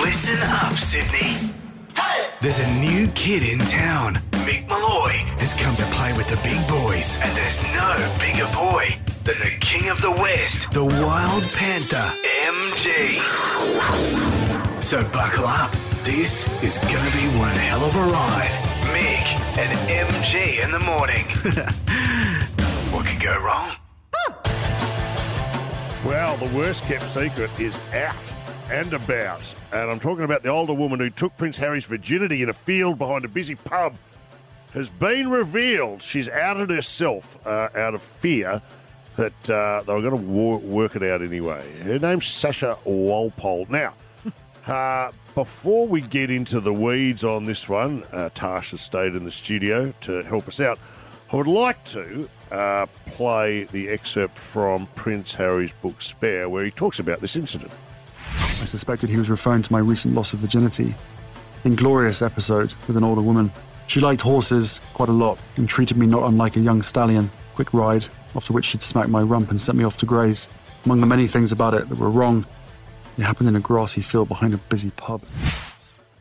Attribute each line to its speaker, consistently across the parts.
Speaker 1: Listen up, Sydney. There's a new kid in town. Mick Malloy has come to play with the big boys, and there's no bigger boy than the King of the West, the Wild Panther, MG. So buckle up. This is gonna be one hell of a ride. Mick and MG in the morning. what could go wrong?
Speaker 2: Well, the worst kept secret is out and about. And I'm talking about the older woman who took Prince Harry's virginity in a field behind a busy pub. Has been revealed. She's outed herself uh, out of fear that uh, they were going to war- work it out anyway. Her name's Sasha Walpole. Now, uh, before we get into the weeds on this one, uh, Tash has stayed in the studio to help us out. I would like to uh, play the excerpt from Prince Harry's book Spare, where he talks about this incident.
Speaker 3: I suspected he was referring to my recent loss of virginity. Inglorious episode with an older woman. She liked horses quite a lot and treated me not unlike a young stallion. Quick ride, after which she'd smack my rump and set me off to graze. Among the many things about it that were wrong, it happened in a grassy field behind a busy pub.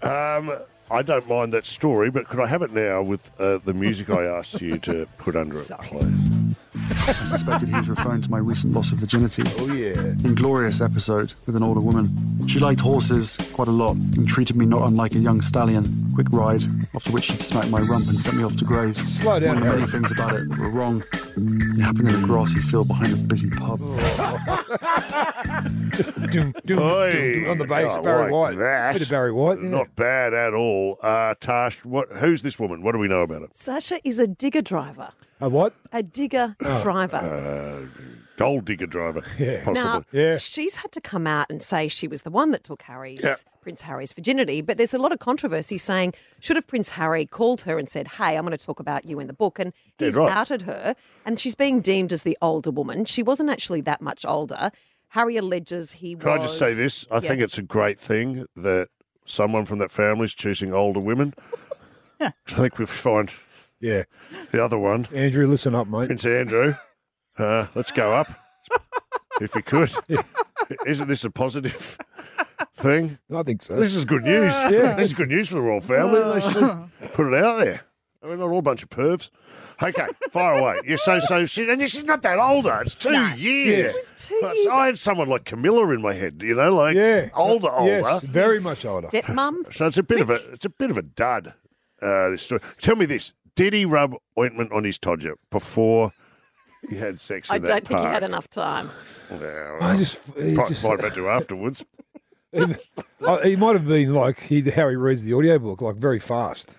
Speaker 2: Um, I don't mind that story, but could I have it now with uh, the music I asked you to put under it, please?
Speaker 3: I suspected he was referring to my recent loss of virginity.
Speaker 2: Oh, yeah.
Speaker 3: Inglorious episode with an older woman. She liked horses quite a lot and treated me not unlike a young stallion. Quick ride, after which she'd smack my rump and sent me off to graze.
Speaker 4: Slow down,
Speaker 3: One of the many
Speaker 4: Harry.
Speaker 3: things about it that were wrong. It happened in a grassy field behind a busy pub.
Speaker 4: doom,
Speaker 2: Oi.
Speaker 4: doom, doom, doom, on the bass,
Speaker 2: I
Speaker 4: Barry
Speaker 2: like
Speaker 4: White.
Speaker 2: that.
Speaker 4: Bit of Barry White. yeah.
Speaker 2: Not bad at all. Uh, Tash, what, who's this woman? What do we know about her?
Speaker 5: Sasha is a digger driver.
Speaker 4: A what? Oh.
Speaker 5: A digger driver.
Speaker 2: Uh, Gold digger driver,
Speaker 4: Yeah.
Speaker 2: possibly.
Speaker 5: now,
Speaker 4: Yeah.
Speaker 5: she's had to come out and say she was the one that took Harry's,
Speaker 2: Yeah.
Speaker 5: Prince Harry's virginity, but there's a lot of controversy saying, should have Prince Harry called her and said, hey, I'm going to talk about you in the book? And he's
Speaker 2: right.
Speaker 5: outed her, and she's being deemed as the older woman. She wasn't actually that much older. Harry alleges he
Speaker 2: Can
Speaker 5: was.
Speaker 2: I just say this? I
Speaker 5: Yeah.
Speaker 2: think it's a great thing that someone from that family is choosing older women. I think we find
Speaker 4: Yeah.
Speaker 2: the other one,
Speaker 4: Andrew, listen up, mate.
Speaker 2: Prince Andrew. Uh, let's go up, if you could. Isn't this a positive thing?
Speaker 4: I think so.
Speaker 2: This is good news.
Speaker 4: Yeah.
Speaker 2: This is good news for the royal family. They should put it out there. I mean, not all a bunch of pervs. Okay, fire away. You're so, so shit. And she's not that older. It's two years.
Speaker 5: It was two
Speaker 2: Like,
Speaker 5: years.
Speaker 2: I had someone like Camilla in my head, you know, like
Speaker 4: yeah.
Speaker 2: older, older.
Speaker 4: Yes, very much older.
Speaker 5: Stepmum?
Speaker 2: So it's a bit of a it's a bit of a dud. Uh, this story. Tell me this: Did he rub ointment on his todger before he had sex?
Speaker 5: I
Speaker 2: in
Speaker 5: don't
Speaker 2: that
Speaker 5: think he
Speaker 2: park?
Speaker 5: had enough time.
Speaker 2: Yeah, well,
Speaker 4: I just, he,
Speaker 2: might,
Speaker 4: just
Speaker 2: might have had to afterwards.
Speaker 4: I- uh, he might have been like he, how he reads the audiobook, like very fast.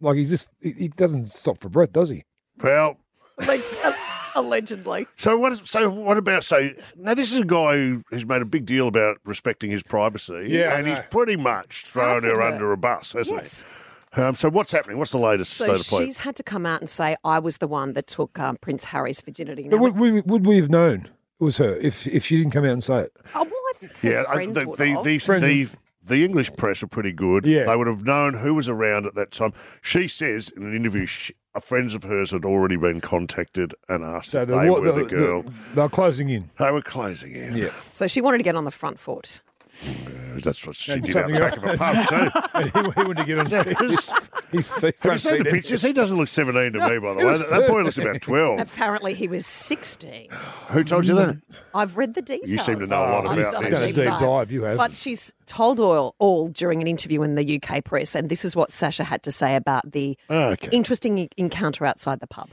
Speaker 4: Like he just, he, he doesn't stop for breath, does he?
Speaker 2: Well,
Speaker 5: Alleg- Allegedly.
Speaker 2: so what? Is, so what about? So now this is a guy who has made a big deal about respecting his privacy.
Speaker 4: Yeah, I
Speaker 2: and he's
Speaker 4: know.
Speaker 2: pretty much thrown
Speaker 5: Outed
Speaker 2: her
Speaker 5: her.
Speaker 2: under a bus, hasn't
Speaker 5: Yes.
Speaker 2: he? Um, so what's happening? What's the latest
Speaker 5: So
Speaker 2: state of play?
Speaker 5: she's had to come out and say, I was the one that took um, Prince Harry's virginity. Now,
Speaker 4: But would, would, would we have known it was her if, if she didn't come out and say it?
Speaker 5: oh, well, I think her
Speaker 2: Yeah, I-
Speaker 5: friends
Speaker 2: the,
Speaker 5: would
Speaker 2: the,
Speaker 5: have.
Speaker 2: the,
Speaker 4: Friends
Speaker 2: the, the English press are pretty good.
Speaker 4: Yeah.
Speaker 2: They would have known who was around at that time. She says in an interview, she, uh, friends of hers had already been contacted and asked if they
Speaker 4: wa-
Speaker 2: were the, girl.
Speaker 4: they're closing in.
Speaker 2: they were closing in.
Speaker 4: Yeah.
Speaker 5: So she wanted to get on the front foot.
Speaker 2: That's what she did out
Speaker 4: something
Speaker 2: the back of a pub, too.
Speaker 4: And he, he wouldn't get on.
Speaker 2: Yes.
Speaker 4: He, he front
Speaker 2: Have you seen the
Speaker 4: feet in.
Speaker 2: pictures? He doesn't look 17 to me, by the way.
Speaker 4: he was
Speaker 2: That, that boy looks about 12.
Speaker 5: Apparently, he was 16.
Speaker 2: Who told you that?
Speaker 5: I've read the details.
Speaker 2: seem to know a lot
Speaker 5: I've
Speaker 2: about
Speaker 5: done
Speaker 2: this.
Speaker 4: Done a deep dive, you have.
Speaker 5: But she's told all, all during an interview in the UK press, and this is what Sasha had to say about the
Speaker 2: Okay.
Speaker 5: interesting e- encounter outside the pub.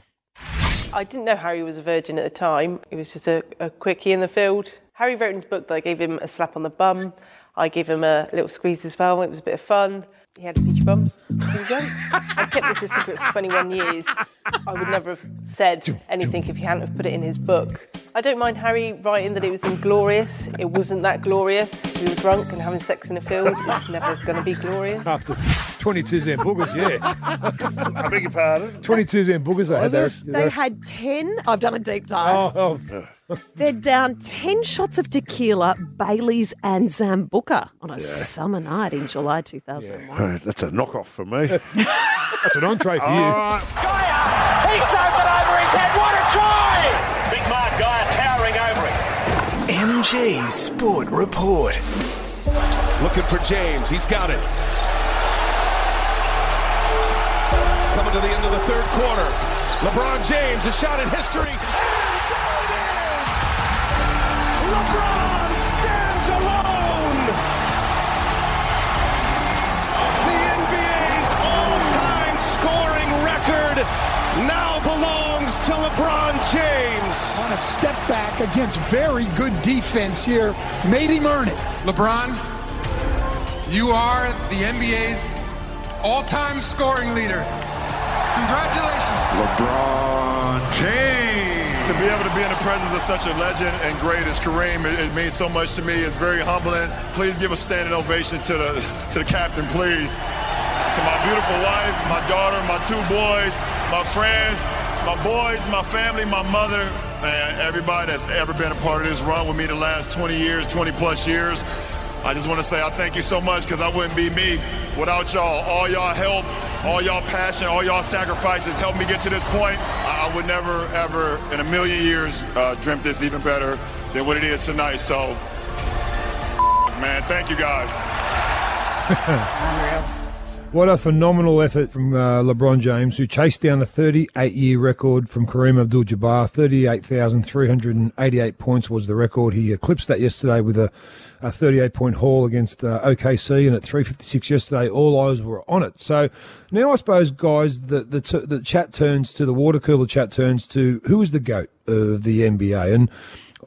Speaker 6: I didn't know Harry was a virgin at the time. He was just a, a quickie in the field. Harry wrote in his book that I gave him a slap on the bum. I gave him a little squeeze as well. It was a bit of fun. He had a peach bum. He was young. I kept this a secret for 21 years. I would never have said anything if he hadn't have put it in his book. I don't mind Harry writing that it was inglorious. It wasn't that glorious. We were drunk and having sex in a field. It's never going to be glorious.
Speaker 4: After 22 Zambugas, yeah.
Speaker 2: I beg your pardon.
Speaker 4: 22 Zambugas they had. there.
Speaker 2: it?
Speaker 5: They had 10, I've done a deep dive.
Speaker 4: Oh, oh,
Speaker 5: They're down 10 shots of tequila, Bailey's, and Zambuca on a summer night in July 2001.
Speaker 2: All right, that's a knockoff for me.
Speaker 4: that's an entree for
Speaker 2: All
Speaker 4: you.
Speaker 2: right.
Speaker 7: Big Mark Guy towering over him.
Speaker 1: MG's Sport Report.
Speaker 8: Looking for James. He's got it. Coming to the end of the third quarter. LeBron James, a shot in history. LeBron stands alone. The NBA's all-time scoring record now belongs to LeBron James.
Speaker 9: On a step back against very good defense here, made him earn it.
Speaker 10: LeBron, you are the NBA's all-time scoring leader. Congratulations.
Speaker 11: LeBron James. To be able to be in the presence of such a legend and great as Kareem, it, it means so much to me. It's very humbling. Please give a standing ovation to the to the captain, please. To my beautiful wife, my daughter, my two boys, my friends, my boys, my family, my mother, and everybody that's ever been a part of this run with me the last 20 years, 20 plus years. I just want to say I thank you so much because I wouldn't be me without y'all. All y'all help, all y'all passion, all y'all sacrifices helped me get to this point. I, I would never, ever in a million years uh, dreamt this even better than what it is tonight. So, man, thank you guys.
Speaker 4: What a phenomenal effort from uh, LeBron James, who chased down a 38 year record from Kareem Abdul Jabbar. 38,388 points was the record. He eclipsed that yesterday with a, a 38 point haul against uh, OKC, and at 356 yesterday, all eyes were on it. So now I suppose, guys, the, the, t- the chat turns to the water cooler chat turns to who is the GOAT of the NBA? And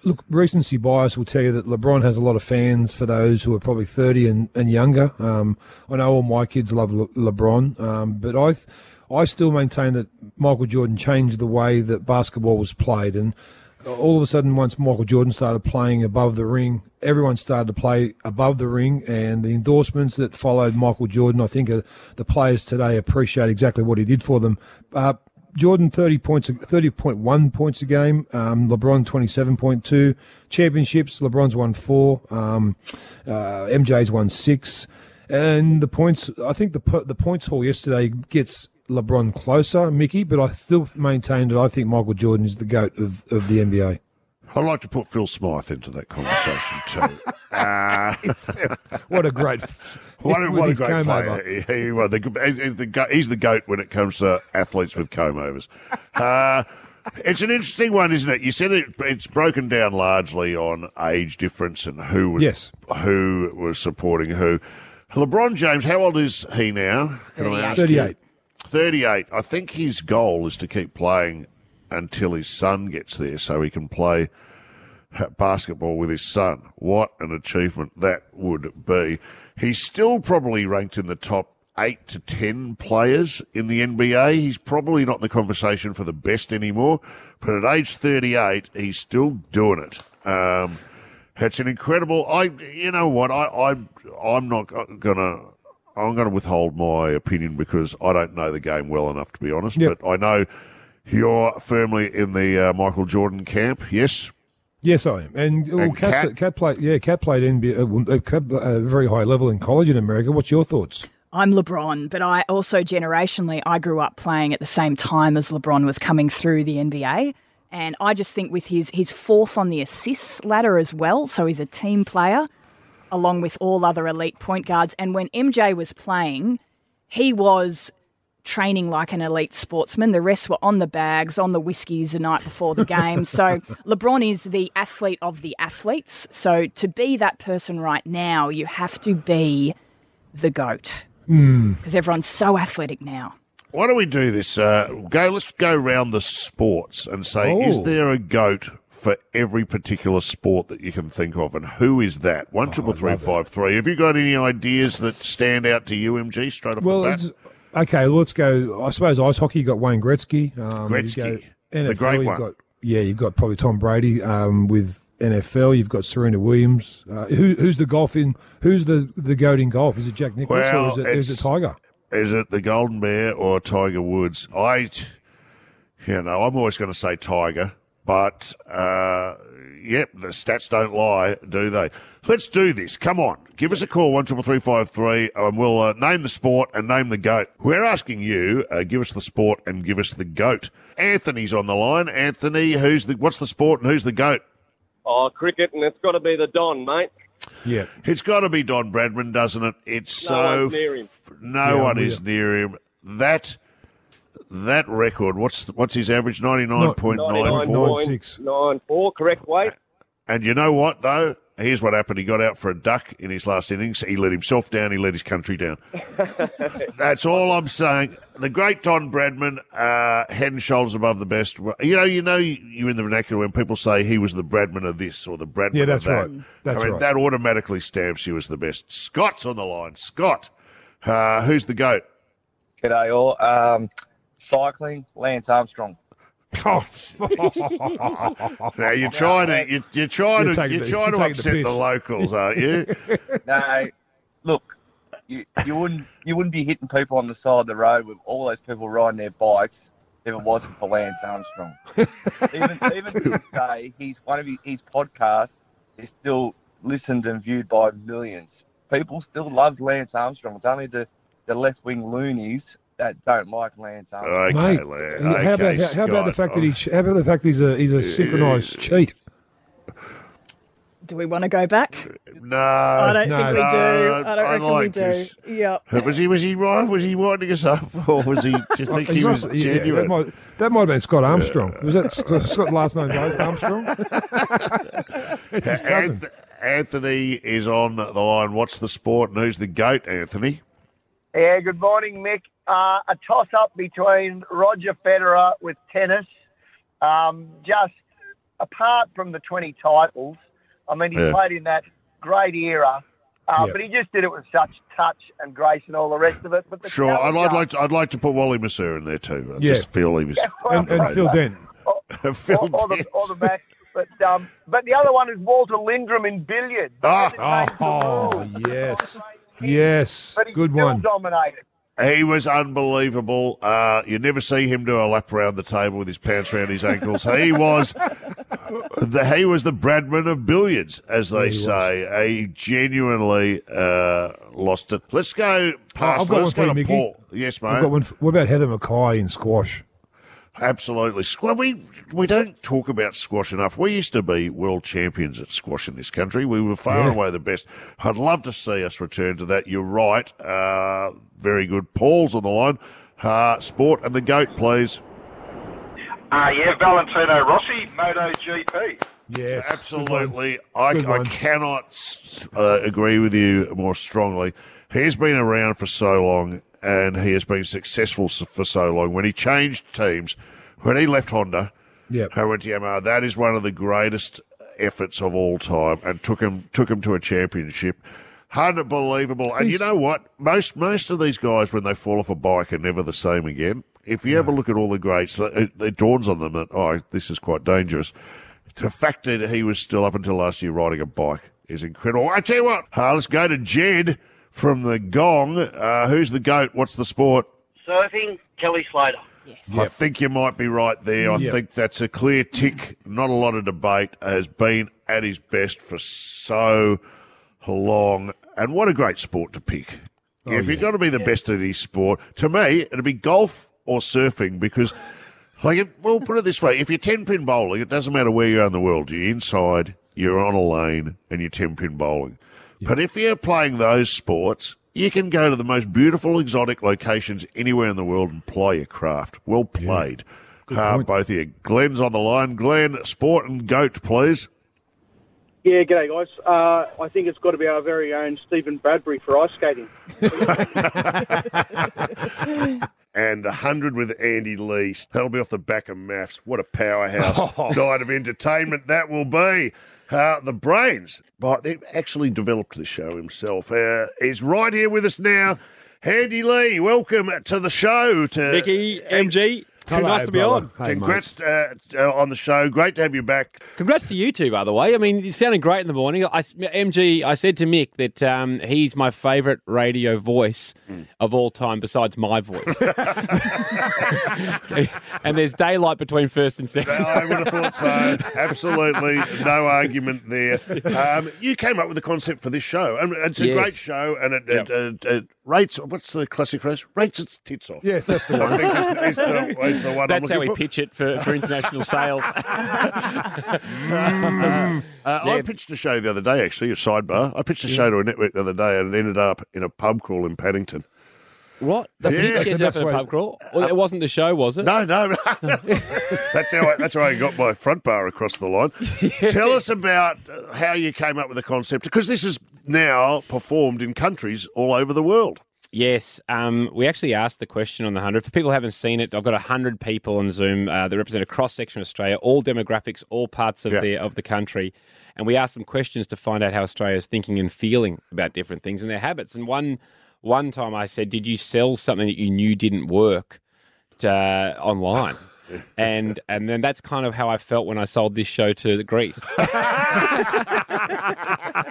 Speaker 4: Look, recency bias will tell you that LeBron has a lot of fans for those who are probably 30 and, and younger. Um, I know all my kids love Le- LeBron, um, but I, th- I still maintain that Michael Jordan changed the way that basketball was played. And uh, all of a sudden, once Michael Jordan started playing above the ring, everyone started to play above the ring. And the endorsements that followed Michael Jordan, I think uh, the players today appreciate exactly what he did for them. Uh, Jordan thirty points, thirty point one points a game. Um, LeBron twenty seven point two championships. LeBron's won four. Um, uh, MJ's won six, and the points. I think the po- the points haul yesterday gets LeBron closer, Mickey. But I still maintain that I think Michael Jordan is the goat of, of the NBA.
Speaker 2: I'd like to put Phil Smythe into that conversation too. uh,
Speaker 4: What a great
Speaker 2: what a,
Speaker 4: with
Speaker 2: what a
Speaker 4: his
Speaker 2: great
Speaker 4: comb
Speaker 2: player.
Speaker 4: over.
Speaker 2: He, he- well, the, he's, he's the, go- he's the goat when it comes to athletes with comb overs. Uh, it's an interesting one, isn't it? You said it, it's broken down largely on age difference and who was
Speaker 4: Yes.
Speaker 2: who was supporting who. LeBron James, how old is he now? Can I ask you?
Speaker 4: Thirty eight.
Speaker 2: 38. I think his goal is to keep playing until his son gets there so he can play basketball with his son. What an achievement that would be. He's still probably ranked in the top eight to 10 players in the NBA. He's probably not in the conversation for the best anymore, but at age 38, he's still doing it. Um, it's an incredible. I, you know what? I, I, I'm not gonna. I'm going to withhold my opinion because I don't know the game well enough, to be honest.
Speaker 4: Yep.
Speaker 2: But I know you're firmly in the uh, Michael Jordan camp. Yes,
Speaker 4: Yes, I am. And, well,
Speaker 2: And
Speaker 4: Cat's,
Speaker 2: Cat-
Speaker 4: Cat, played, yeah, Cat played NBA, uh, well, uh, Cat, uh, very high level in college in America. What's your thoughts?
Speaker 12: I'm LeBron, but I also generationally I grew up playing at the same time as LeBron was coming through the NBA. And I just think with his he's fourth on the assists ladder as well, so he's a team player, along with all other elite point guards. And when MJ was playing, he was training like an elite sportsman. The rest were on the bags, on the whiskies the night before the game. so LeBron is the athlete of the athletes. So to be that person right now, you have to be the goat because everyone's so athletic now.
Speaker 2: Why don't we do this? Uh, go. Let's go round the sports and say:
Speaker 4: Oh.
Speaker 2: Is there a goat for every particular sport that you can think of, and who is that?
Speaker 4: Oh,
Speaker 2: One triple three five three. Have you got any ideas that stand out to you, MG? Straight off
Speaker 4: Well,
Speaker 2: the bat,
Speaker 4: it's, okay, well, let's go. I suppose ice hockey, you got Wayne Gretzky. Um, you
Speaker 2: Gretzky,
Speaker 4: go
Speaker 2: the
Speaker 4: NFL,
Speaker 2: great
Speaker 4: you've
Speaker 2: one.
Speaker 4: Got, yeah, you've got probably Tom Brady um, with NFL. You've got Serena Williams. Uh, who, who's the golf in? Who's the, the goat in golf? Is it Jack Nicklaus
Speaker 2: Well,
Speaker 4: or is it, is
Speaker 2: it's-
Speaker 4: it Tiger?
Speaker 2: is it the Golden Bear or Tiger Woods? I, you know, I'm always going to say Tiger, but uh, yep, the stats don't lie, do they? Let's do this. Come on, give us a call one triple three five three, and we'll uh, name the sport and name the goat. We're asking you, uh, give us the sport and give us the goat. Anthony's on the line. Anthony, who's the what's the sport and who's the goat?
Speaker 13: Oh, cricket, and it's got to be the Don, mate.
Speaker 4: Yeah.
Speaker 2: It's got to be Don Bradman, doesn't it?
Speaker 13: No
Speaker 2: It's so
Speaker 13: one's near him.
Speaker 2: f- no
Speaker 4: Yeah,
Speaker 2: one
Speaker 4: I'm
Speaker 2: is
Speaker 4: with
Speaker 2: near him. That that record. What's what's his average? Ninety nine point nine four.
Speaker 13: 99.94, correct weight.
Speaker 2: And you know what though? Here's what happened. He got out for a duck in his last innings. He let himself down. He let his country down. That's all I'm saying. The great Don Bradman, uh, head and shoulders above the best. Well, You know, you know, you- you're in the vernacular when people say he was the Bradman of this or the Bradman
Speaker 4: Yeah, that's
Speaker 2: of that.
Speaker 4: right. That's
Speaker 2: I mean,
Speaker 4: right.
Speaker 2: that automatically stamps you as the best. Scott's on the line. Scott, uh, who's the goat?
Speaker 14: G'day all. Um, cycling, Lance Armstrong.
Speaker 2: now you're trying to you're, you're trying
Speaker 14: You're
Speaker 2: to
Speaker 14: taking
Speaker 2: you're trying
Speaker 14: the-
Speaker 2: to
Speaker 14: you're taking the
Speaker 2: upset the,
Speaker 14: piss.
Speaker 2: locals, aren't you?
Speaker 14: no, look, you, you wouldn't you wouldn't be hitting people on the side of the road with all those people riding their bikes if it wasn't for Lance Armstrong. even even to this day, he's one of his, his podcasts is still listened and viewed by millions. People still love Lance Armstrong. It's only the, the left wing loonies that don't like Lance Armstrong.
Speaker 4: Mate, how, about, how, how about the fact that he? ch- How about the fact that he's a he's a synchronised cheat?
Speaker 12: Do we want to go back?
Speaker 2: No,
Speaker 4: Uh,
Speaker 12: I don't think we do.
Speaker 2: no,
Speaker 12: I don't reckon we
Speaker 2: like
Speaker 12: do.
Speaker 2: this.
Speaker 12: Yep.
Speaker 2: Was he was he right? Was he winding us up, or was he? Do you
Speaker 4: Oh,
Speaker 2: think
Speaker 4: he's
Speaker 2: he was
Speaker 4: not- yeah, that,
Speaker 2: genuine?
Speaker 4: might, that might have been Scott Armstrong. Was that Scott, Scott last name Armstrong? it's his cousin.
Speaker 2: Anth- Anthony is on the line. What's the sport? And who's the goat, Anthony?
Speaker 15: Yeah, good morning, Mick. Uh, a toss up between Roger Federer with tennis. Um, just apart from the 20 titles, I mean, he
Speaker 16: Yeah.
Speaker 15: played in that great era, uh,
Speaker 2: Yeah.
Speaker 15: but he just did it with such touch and grace and all the rest of it. But the uh,
Speaker 2: Sure, I'd, I'd
Speaker 15: challenger-
Speaker 2: like to, I'd like to put Wally Masur in there too. I
Speaker 4: Yeah.
Speaker 2: just feel he was
Speaker 4: and, and Phil Dent.
Speaker 2: Phil
Speaker 15: or, or the, or the back. But, um, but the other one is Walter Lindrum in billiards.
Speaker 2: Ah.
Speaker 4: Oh yes, yes,
Speaker 15: But he
Speaker 4: good
Speaker 15: still
Speaker 4: one.
Speaker 15: dominated.
Speaker 2: He was unbelievable. Uh, you never see him do a lap around the table with his pants around his ankles. He was the he was the Bradman of billiards, as they say. He genuinely uh, lost it. Let's go past.
Speaker 4: I've got
Speaker 2: let's
Speaker 4: one
Speaker 2: go
Speaker 4: for you,
Speaker 2: to
Speaker 4: Mickey.
Speaker 2: Paul. Yes, mate.
Speaker 4: I've got one. f- What about Heather Mackay in squash?
Speaker 2: Absolutely. Squ- We we don't talk about squash enough. We used to be world champions at squash in this country. We were far and
Speaker 4: Yeah.
Speaker 2: away the best. I'd love to see us return to that. You're right. Uh, very good. Paul's on the line. Uh, sport and the goat, please.
Speaker 17: Uh, yeah, Valentino Rossi, MotoGP.
Speaker 4: Yes,
Speaker 2: absolutely. I,
Speaker 17: Good
Speaker 2: I
Speaker 17: one.
Speaker 2: cannot s- uh, agree with you more strongly. He's been around for so long and he has been successful s- for so long. When he changed teams, when he left Honda,
Speaker 4: Yep.
Speaker 2: I went to Yamaha. That is one of the greatest efforts of all time, and took him took him to a championship. Unbelievable. And you know what? Most most of these guys, when they fall off a bike, are never the same again. If you ever look at all the greats, uh, it, it dawns on them that oh, this is quite dangerous. The fact that he was still up until last year riding a bike is incredible. I tell you what, uh, let's go to Jed from the Gong. Uh, who's the goat? What's the sport?
Speaker 18: Surfing, Kelly Slater.
Speaker 2: I think you might be right there. I
Speaker 18: Yep.
Speaker 2: think that's a clear tick. Not a lot of debate. Has been at his best for so long, and what a great sport to pick.
Speaker 4: Oh,
Speaker 2: if you're
Speaker 4: yeah.
Speaker 2: going to be the best at his sport, to me, it'd be golf or surfing because, like, it- well, put it this way: if you're ten pin bowling, it doesn't matter where you are in the world. You're inside, you're on a lane, and you're ten pin bowling. But if you're playing those sports, you can go to the most beautiful exotic locations anywhere in the world and ply your craft. Well played. Uh, both of you. Glenn's on the line. Glenn, sport and goat, please.
Speaker 19: Yeah, g'day guys. Uh, I think it's got to be our very own Stephen Bradbury for ice skating.
Speaker 2: And the 100 with Andy Lee. That'll be off the back of maths. What a powerhouse
Speaker 20: Oh.
Speaker 2: night of entertainment that will be. Uh, the Brains, but they've actually developed the show himself. Uh, he's right here with us now. Andy Lee, welcome to the show. To
Speaker 20: Mickey, MG,
Speaker 2: Hello,
Speaker 20: nice to be
Speaker 2: brother.
Speaker 20: on.
Speaker 2: Hey, Congrats uh, uh, on the show. Great to have you back.
Speaker 20: Congrats to you two, by the way. I mean, you sounded great in the morning. I, MG, I said to Mick that um, he's my favourite radio voice
Speaker 2: Hmm.
Speaker 20: of all time, besides my voice. and there's daylight between first and second.
Speaker 2: I would have thought so. Absolutely, no argument there. Um, you came up with the concept for this show, and it's a
Speaker 20: Yes.
Speaker 2: great show, and it, it, it, it rates. uh, What's the classic phrase? Rates its tits off.
Speaker 4: Yes, that's the
Speaker 2: I think is, is the, is the one I'm
Speaker 20: That's
Speaker 2: looking
Speaker 20: how we
Speaker 2: for.
Speaker 20: pitch it for, for international sales.
Speaker 2: Uh, I pitched a show the other day, actually, a sidebar. I pitched a show to a network the other day and it ended up in a pub crawl in Paddington.
Speaker 20: What? The
Speaker 2: Yeah.
Speaker 20: pitch
Speaker 2: That's the
Speaker 20: ended up
Speaker 2: best
Speaker 20: in a
Speaker 2: way-
Speaker 20: pub crawl? Well, it wasn't the show, was it?
Speaker 2: No, no. That's how I, that's how I got my front bar across the line. Tell us about uh, how you came up with the concept because this is now performed in countries all over the world.
Speaker 20: Yes, um, we actually asked the question on the 100. For people who haven't seen it, I've got 100 people on Zoom uh, that represent a cross section of Australia, all demographics, all parts of,
Speaker 16: Yeah.
Speaker 20: the, of the country. And we asked them questions to find out how Australia is thinking and feeling about different things and their habits. And one, one time I said, Did you sell something that you knew didn't work to, uh, online? and and then that's kind of how I felt when I sold this show to Greece.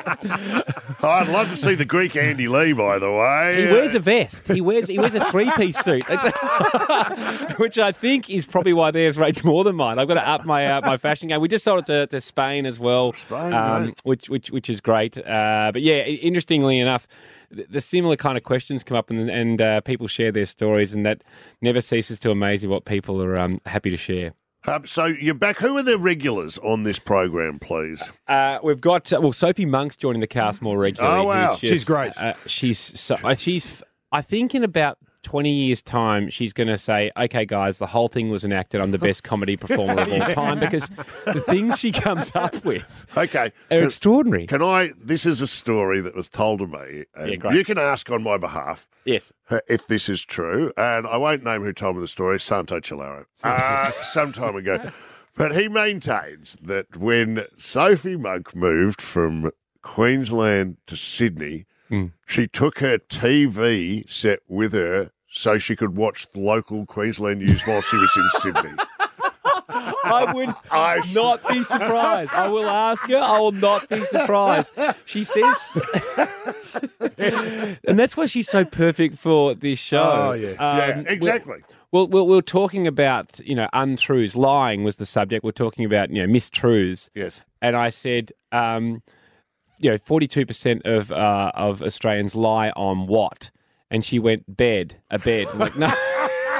Speaker 2: I'd love to see the Greek Andy Lee, by the way.
Speaker 20: He wears a vest. He wears he wears a three piece suit, which I think is probably why theirs rates more than mine. I've got to up my uh, my fashion game. We just sold it to, to Spain as well, Spain,
Speaker 2: right.
Speaker 20: which which which is great. Uh, but yeah, i- interestingly enough. th- The similar kind of questions come up, and, and uh, people share their stories, and that never ceases to amaze you what people are um, happy to share.
Speaker 2: Um, so you're back. Who are the regulars on this program, please?
Speaker 20: Uh, we've got uh, well, Sophie Monk's joining the cast more regularly.
Speaker 2: Oh, wow.
Speaker 20: who's
Speaker 2: She's great.
Speaker 20: Uh, she's so, uh, she's. I think in about twenty years' time, she's going to say, "Okay, guys, the whole thing was an act, and I'm the best comedy performer of all
Speaker 2: Yeah.
Speaker 20: time." Because the things she comes up with.
Speaker 2: Okay.
Speaker 20: Are extraordinary.
Speaker 2: Can I? This is a story that was told to me. and
Speaker 20: Yeah, great.
Speaker 2: You can ask on my behalf.
Speaker 20: Yes.
Speaker 2: If this is true, and I won't name who told me the story, Santo Chilaro, uh, some time ago. But he maintains that when Sophie Monk moved from Queensland to Sydney,
Speaker 20: Hmm.
Speaker 2: she took her TV set with her so she could watch the local Queensland news while she was in Sydney.
Speaker 20: I would not be surprised. I will ask her. I will not be surprised. She says, and that's why she's so perfect for this show. Um,
Speaker 2: Oh, yeah. Yeah, exactly.
Speaker 20: Well, well, we we're talking about you know untruths. Lying was the subject. We're talking about you know mistruths.
Speaker 2: Yes.
Speaker 20: And I said, um, you know, forty-two percent of uh, of Australians lie on what? And she went bed, a bed. I'm like, no.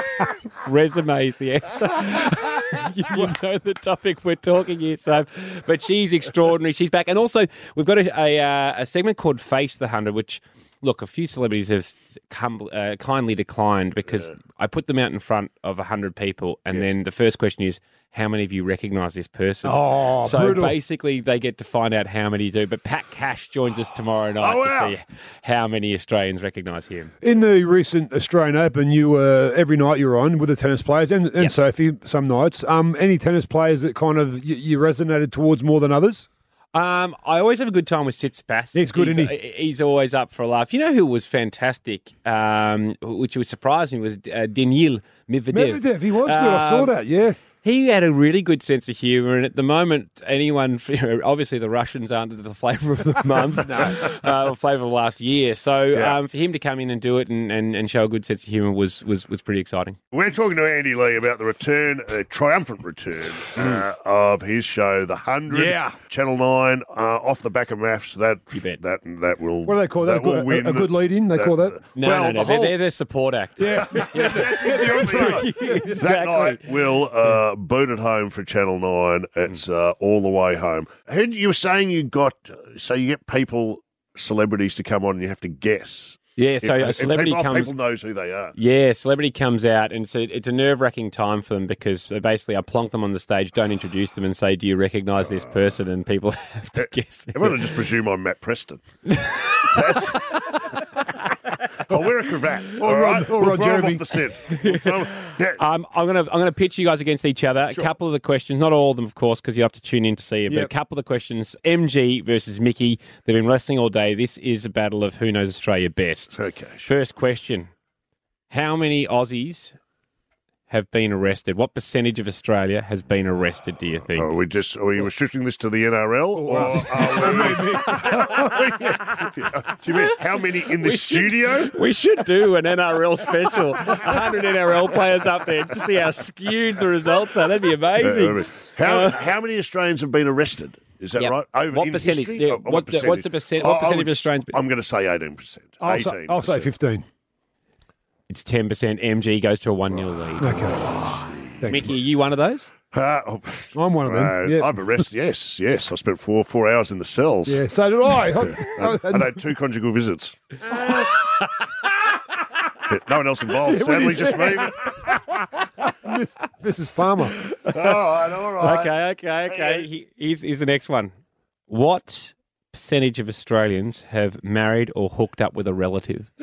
Speaker 20: Resume is the answer. you, you know the topic we're talking here, so. But she's extraordinary. She's back, and also we've got a a, uh, a segment called Face the Hundred, which look a few celebrities have s- come, uh, kindly declined because I put them out in front of hundred people, and then the first question is. How many of you recognise this person?
Speaker 4: Oh,
Speaker 20: so
Speaker 4: brutal.
Speaker 20: basically, they get to find out how many do. But Pat Cash joins us tomorrow night
Speaker 4: Oh, wow.
Speaker 20: to see how many Australians recognise him.
Speaker 4: In the recent Australian Open, you were every night you were on with the tennis players and, and Sophie some nights. Um, any tennis players that kind of you, you resonated towards more than others?
Speaker 20: Um, I always have a good time with Sitspass.
Speaker 4: He's good,
Speaker 20: he's, uh,
Speaker 4: isn't he?
Speaker 20: He's always up for a laugh. You know who was fantastic, um, which was surprising, was uh, Daniil Medvedev.
Speaker 4: Medvedev, he was good. I saw
Speaker 20: Um,
Speaker 4: that. Yeah.
Speaker 20: He had a really good sense of humour, and at the moment, anyone you know, obviously the Russians aren't the flavour of the month, uh, or flavour of the last year. So um, for him to come in and do it and, and, and show a good sense of humour was, was was pretty exciting.
Speaker 2: We're talking to Andy Lee about the return, a triumphant return uh, of his show, The Hundred,
Speaker 4: Yeah.
Speaker 2: Channel Nine, uh, off the back of maths. That that that will.
Speaker 4: What do they call that? A
Speaker 2: will
Speaker 4: good,
Speaker 2: win.
Speaker 4: a, a good lead in. They call that.
Speaker 20: No, no, no,
Speaker 2: the
Speaker 20: they're,
Speaker 2: whole-
Speaker 20: they're their support act. Yeah,
Speaker 2: that's exactly right. That night will uh, boot it home for Channel Nine.
Speaker 20: Mm.
Speaker 2: It's uh, all the way home. Who you were saying you got? So you get people, celebrities to come on, and you have to guess.
Speaker 20: Yeah,
Speaker 2: If-
Speaker 20: so
Speaker 2: if
Speaker 20: a celebrity
Speaker 2: people,
Speaker 20: comes-
Speaker 2: People knows who they are.
Speaker 20: Yeah, celebrity comes out, and so it's a nerve wracking time for them because they basically I plonk them on the stage, don't introduce them, and say, "Do you recognise this person?" And people have to guess.
Speaker 2: Eh, Everyone will just presume I'm Matt Preston. That's- I'll wear a cravat.
Speaker 20: Or
Speaker 2: all
Speaker 20: Ron-
Speaker 2: right?
Speaker 20: or
Speaker 2: We'll
Speaker 20: Ron
Speaker 2: throw 'em
Speaker 20: Jeremy.
Speaker 2: off the set. We'll throw 'em-
Speaker 20: Um, I'm gonna I'm gonna pitch you guys against each other. A couple of the questions, not all of them, of course, because you have to tune in to see it. But a
Speaker 4: Yep.
Speaker 20: couple of the questions: MG versus Mickey. They've been wrestling all day. This is a battle of who knows Australia best.
Speaker 2: Okay.
Speaker 20: First question: How many Aussies have been arrested? What percentage of Australia has been arrested? Do you think?
Speaker 2: Are Oh, we just are we restricting this to the NRL? Or are we, do you mean how many in the
Speaker 20: We should-
Speaker 2: studio?
Speaker 20: We should do an NRL special. 100 NRL players up there to see how skewed the results are. That'd be amazing.
Speaker 2: How,
Speaker 20: Uh,
Speaker 2: how many Australians have been arrested? Is that
Speaker 20: Yep.
Speaker 2: right? Over
Speaker 20: What
Speaker 2: in
Speaker 20: percentage?
Speaker 2: history?
Speaker 20: Yeah,
Speaker 2: Oh,
Speaker 20: what the- what's the percent- what
Speaker 2: I- I
Speaker 20: percentage
Speaker 2: would
Speaker 20: of Australians-
Speaker 2: s- I'm going to say 18%.
Speaker 4: I'll say,
Speaker 2: 18%.
Speaker 4: I'll say fifteen.
Speaker 20: It's 10%. MG goes to a 1 0 lead.
Speaker 4: Okay.
Speaker 20: Mickey, are you one of those?
Speaker 2: I'm
Speaker 4: Uh, one of them, yeah.
Speaker 2: I'm Uh, arrested. Yes, yes. I spent four four hours in the cells.
Speaker 4: Yeah, so did I.
Speaker 2: Yeah. I, I had two conjugal visits.
Speaker 20: Uh,
Speaker 2: Yeah, no one else involved.
Speaker 4: Yeah, what
Speaker 2: Sadly,
Speaker 4: is
Speaker 2: just me.
Speaker 4: Miss, Mrs. Palmer.
Speaker 2: all right, all right.
Speaker 20: Okay, okay, okay. He, here's, here's the next one. What percentage of Australians have married or hooked up with a relative?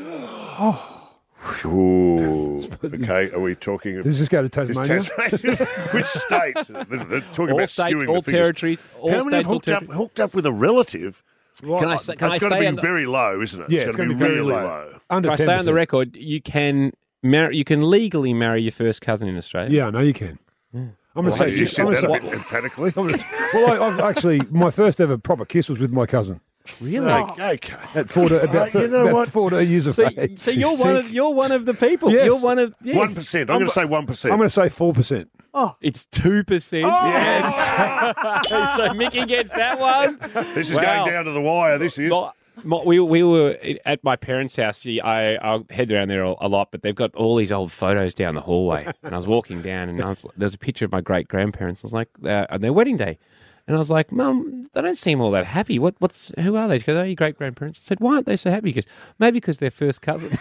Speaker 2: Ooh. Okay, are we talking?
Speaker 4: Does this go to
Speaker 2: Is
Speaker 4: Tasmania?
Speaker 2: Tasmania- Which state? They're, they're talking
Speaker 20: All
Speaker 2: about
Speaker 20: states,
Speaker 2: skewing
Speaker 20: all
Speaker 2: the figures.
Speaker 20: territories, all
Speaker 2: How many have
Speaker 20: states, all
Speaker 2: hooked up,
Speaker 20: territories.
Speaker 2: hooked up with a relative?
Speaker 20: Can I say- can I
Speaker 2: That's got to
Speaker 20: stay
Speaker 2: be
Speaker 20: on the-
Speaker 2: very low, isn't it?
Speaker 20: Yeah,
Speaker 2: it's
Speaker 20: it's
Speaker 2: going to
Speaker 20: gotta
Speaker 2: be
Speaker 20: be
Speaker 2: very
Speaker 20: very
Speaker 2: low.
Speaker 20: low.
Speaker 4: Under
Speaker 20: Can I stay on the
Speaker 4: 10%.
Speaker 20: record? You can marry. You can legally marry your first cousin in Australia.
Speaker 4: Yeah, I know you can. I'm
Speaker 20: Well,
Speaker 4: going to say
Speaker 20: you
Speaker 4: six.
Speaker 20: said
Speaker 4: I'm
Speaker 20: that
Speaker 4: gonna
Speaker 20: a
Speaker 4: say-
Speaker 20: bit
Speaker 2: emphatically.
Speaker 4: well, I, I've actually my first ever proper kiss was with my cousin.
Speaker 20: Really?
Speaker 2: Okay.
Speaker 4: At four, to, about,
Speaker 2: you know
Speaker 4: about
Speaker 2: what?
Speaker 4: fourteen years of
Speaker 20: So,
Speaker 4: age.
Speaker 20: so you're one of you're one of the people.
Speaker 4: Yes.
Speaker 20: You're one of yes.
Speaker 2: 1%. I'm going to say 1%.
Speaker 4: I'm going to say four percent.
Speaker 20: Oh, it's two
Speaker 2: Oh!
Speaker 20: percent. Yes. so Mickey gets that one.
Speaker 2: This is
Speaker 20: Wow.
Speaker 2: going down to the wire. This is.
Speaker 20: My- my- we we were at my parents' house. See, I I head around there a lot, but they've got all these old photos down the hallway. And I was walking down, and I was, there was a picture of my great grandparents. I was like, uh, on their wedding day, and I was like, Mum, they don't seem all that happy. What what's who are they? She goes, Oh, your great grandparents. I said, Why aren't they so happy? Because maybe because they're first cousins.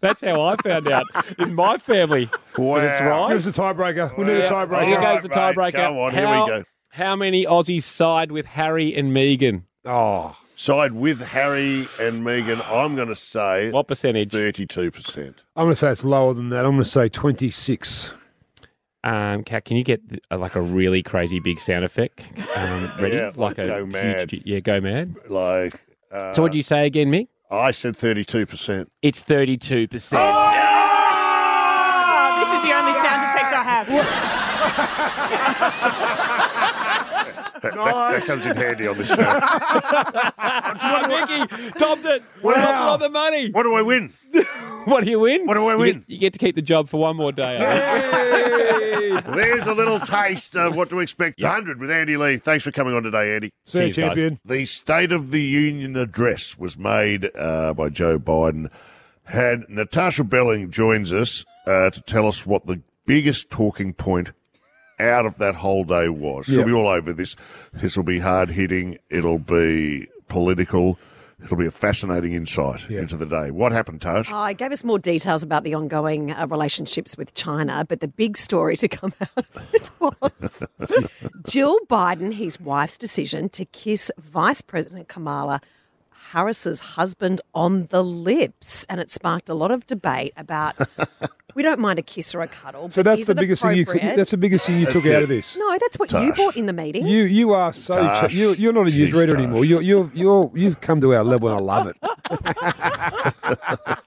Speaker 20: That's how I found out in my family. But it's
Speaker 2: Wow.
Speaker 20: right.
Speaker 4: Give us a tiebreaker. We need a
Speaker 20: Yeah.
Speaker 4: tiebreaker.
Speaker 20: Here goes
Speaker 2: Alright,
Speaker 20: the
Speaker 2: mate.
Speaker 20: tiebreaker.
Speaker 2: Come on, here we
Speaker 20: how,
Speaker 2: go.
Speaker 20: How many Aussies side with Harry and Megan?
Speaker 2: Oh. Side with Harry and Megan, I'm going to say.
Speaker 20: What percentage?
Speaker 2: 32%.
Speaker 4: I'm going to say it's lower than that. I'm going to say twenty six.
Speaker 20: Um, Kat, can you get uh, like a really crazy big sound effect? Um, ready?
Speaker 2: Yeah,
Speaker 20: like a
Speaker 2: go
Speaker 20: huge-
Speaker 2: mad.
Speaker 20: yeah, go mad.
Speaker 2: Like. Uh,
Speaker 20: so what do you say again, Mick?
Speaker 2: I said 32%.
Speaker 20: It's 32%.
Speaker 12: Oh, this is the only sound effect I have.
Speaker 2: That, that- that comes in handy on this show.
Speaker 20: Mickey topped it.
Speaker 2: Wow.
Speaker 20: Double on the money.
Speaker 2: What do I win?
Speaker 20: What do you win? What
Speaker 2: do I
Speaker 20: You
Speaker 2: win?
Speaker 20: get, you get to keep the job for one more day. eh? I think.
Speaker 2: There's a little taste of what to expect. 100 with Andy Lee. Thanks for coming on today, Andy.
Speaker 4: See you, Cheers, guys. champion.
Speaker 2: The State of the Union address was made uh, by Joe Biden. And Natasha Belling joins us uh, to tell us what the biggest talking point out of that whole day was. She'll
Speaker 4: Yeah.
Speaker 2: be all over this. This will be hard hitting. It'll be political. It'll be a fascinating insight into the day. What happened, Tash?
Speaker 4: Uh,
Speaker 5: Oh, it gave us more details about the ongoing uh, relationships with China, but the big story to come out of it was Jill Biden, his wife's decision to kiss Vice President Kamala Harris's husband on the lips, and it sparked a lot of debate about we don't mind a kiss or a cuddle.
Speaker 4: So
Speaker 5: but
Speaker 4: that's
Speaker 5: is
Speaker 4: the
Speaker 5: it
Speaker 4: biggest thing you could,
Speaker 5: appropriate?
Speaker 4: that's the biggest thing you
Speaker 2: That's
Speaker 4: took
Speaker 2: it.
Speaker 4: out of this.
Speaker 5: no, that's what you
Speaker 2: Tash.
Speaker 5: bought in the meeting.
Speaker 4: You you are so
Speaker 2: Tash.
Speaker 4: ch- you you're not a
Speaker 2: Jeez,
Speaker 4: newsreader
Speaker 2: Tash.
Speaker 4: anymore. You're you're you're you've come to our level, and I love it.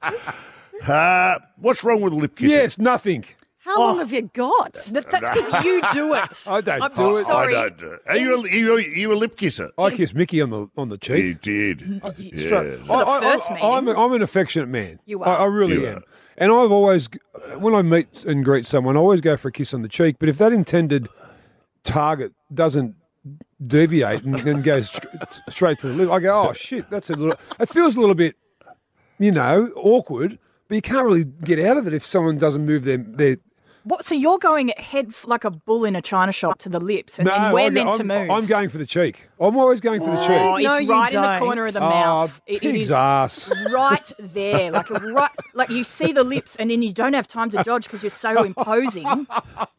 Speaker 2: Uh, what's wrong with lip kissing?
Speaker 4: Yes, nothing.
Speaker 5: How
Speaker 4: Oh.
Speaker 5: long have you got?
Speaker 12: But That's because you do it.
Speaker 4: I don't
Speaker 12: I'm
Speaker 4: do it.
Speaker 12: sorry.
Speaker 2: I don't do it. Are you a, are you, a, you a lip kisser?
Speaker 4: I kissed Mickey on the on the cheek.
Speaker 2: You did. Yeah.
Speaker 4: Straight-
Speaker 12: For the
Speaker 4: I,
Speaker 12: first
Speaker 4: I,
Speaker 12: meeting.
Speaker 4: am I'm an affectionate man.
Speaker 5: You
Speaker 4: I, I
Speaker 5: are.
Speaker 4: really
Speaker 2: You
Speaker 4: am.
Speaker 2: are.
Speaker 4: And I've always, when I meet and greet someone, I always go for a kiss on the cheek. But if that intended target doesn't deviate and then goes str- straight to the lip, I go, oh shit, that's a little. It feels a little bit, you know, awkward. But you can't really get out of it if someone doesn't move their their.
Speaker 12: What? So you're going head f- like a bull in a china shop to the lips, and then
Speaker 4: No,
Speaker 12: we're
Speaker 4: I'm,
Speaker 12: meant
Speaker 4: I'm,
Speaker 12: to move.
Speaker 4: I'm going for the cheek. I'm always going for the cheek.
Speaker 12: Oh, it's
Speaker 5: No, you
Speaker 12: right in the
Speaker 5: don't.
Speaker 12: corner of the
Speaker 4: Oh,
Speaker 12: mouth. It- it
Speaker 4: pig's
Speaker 12: is
Speaker 4: ass.
Speaker 12: right there, like a right, like you see the lips, and then you don't have time to dodge because you're so imposing,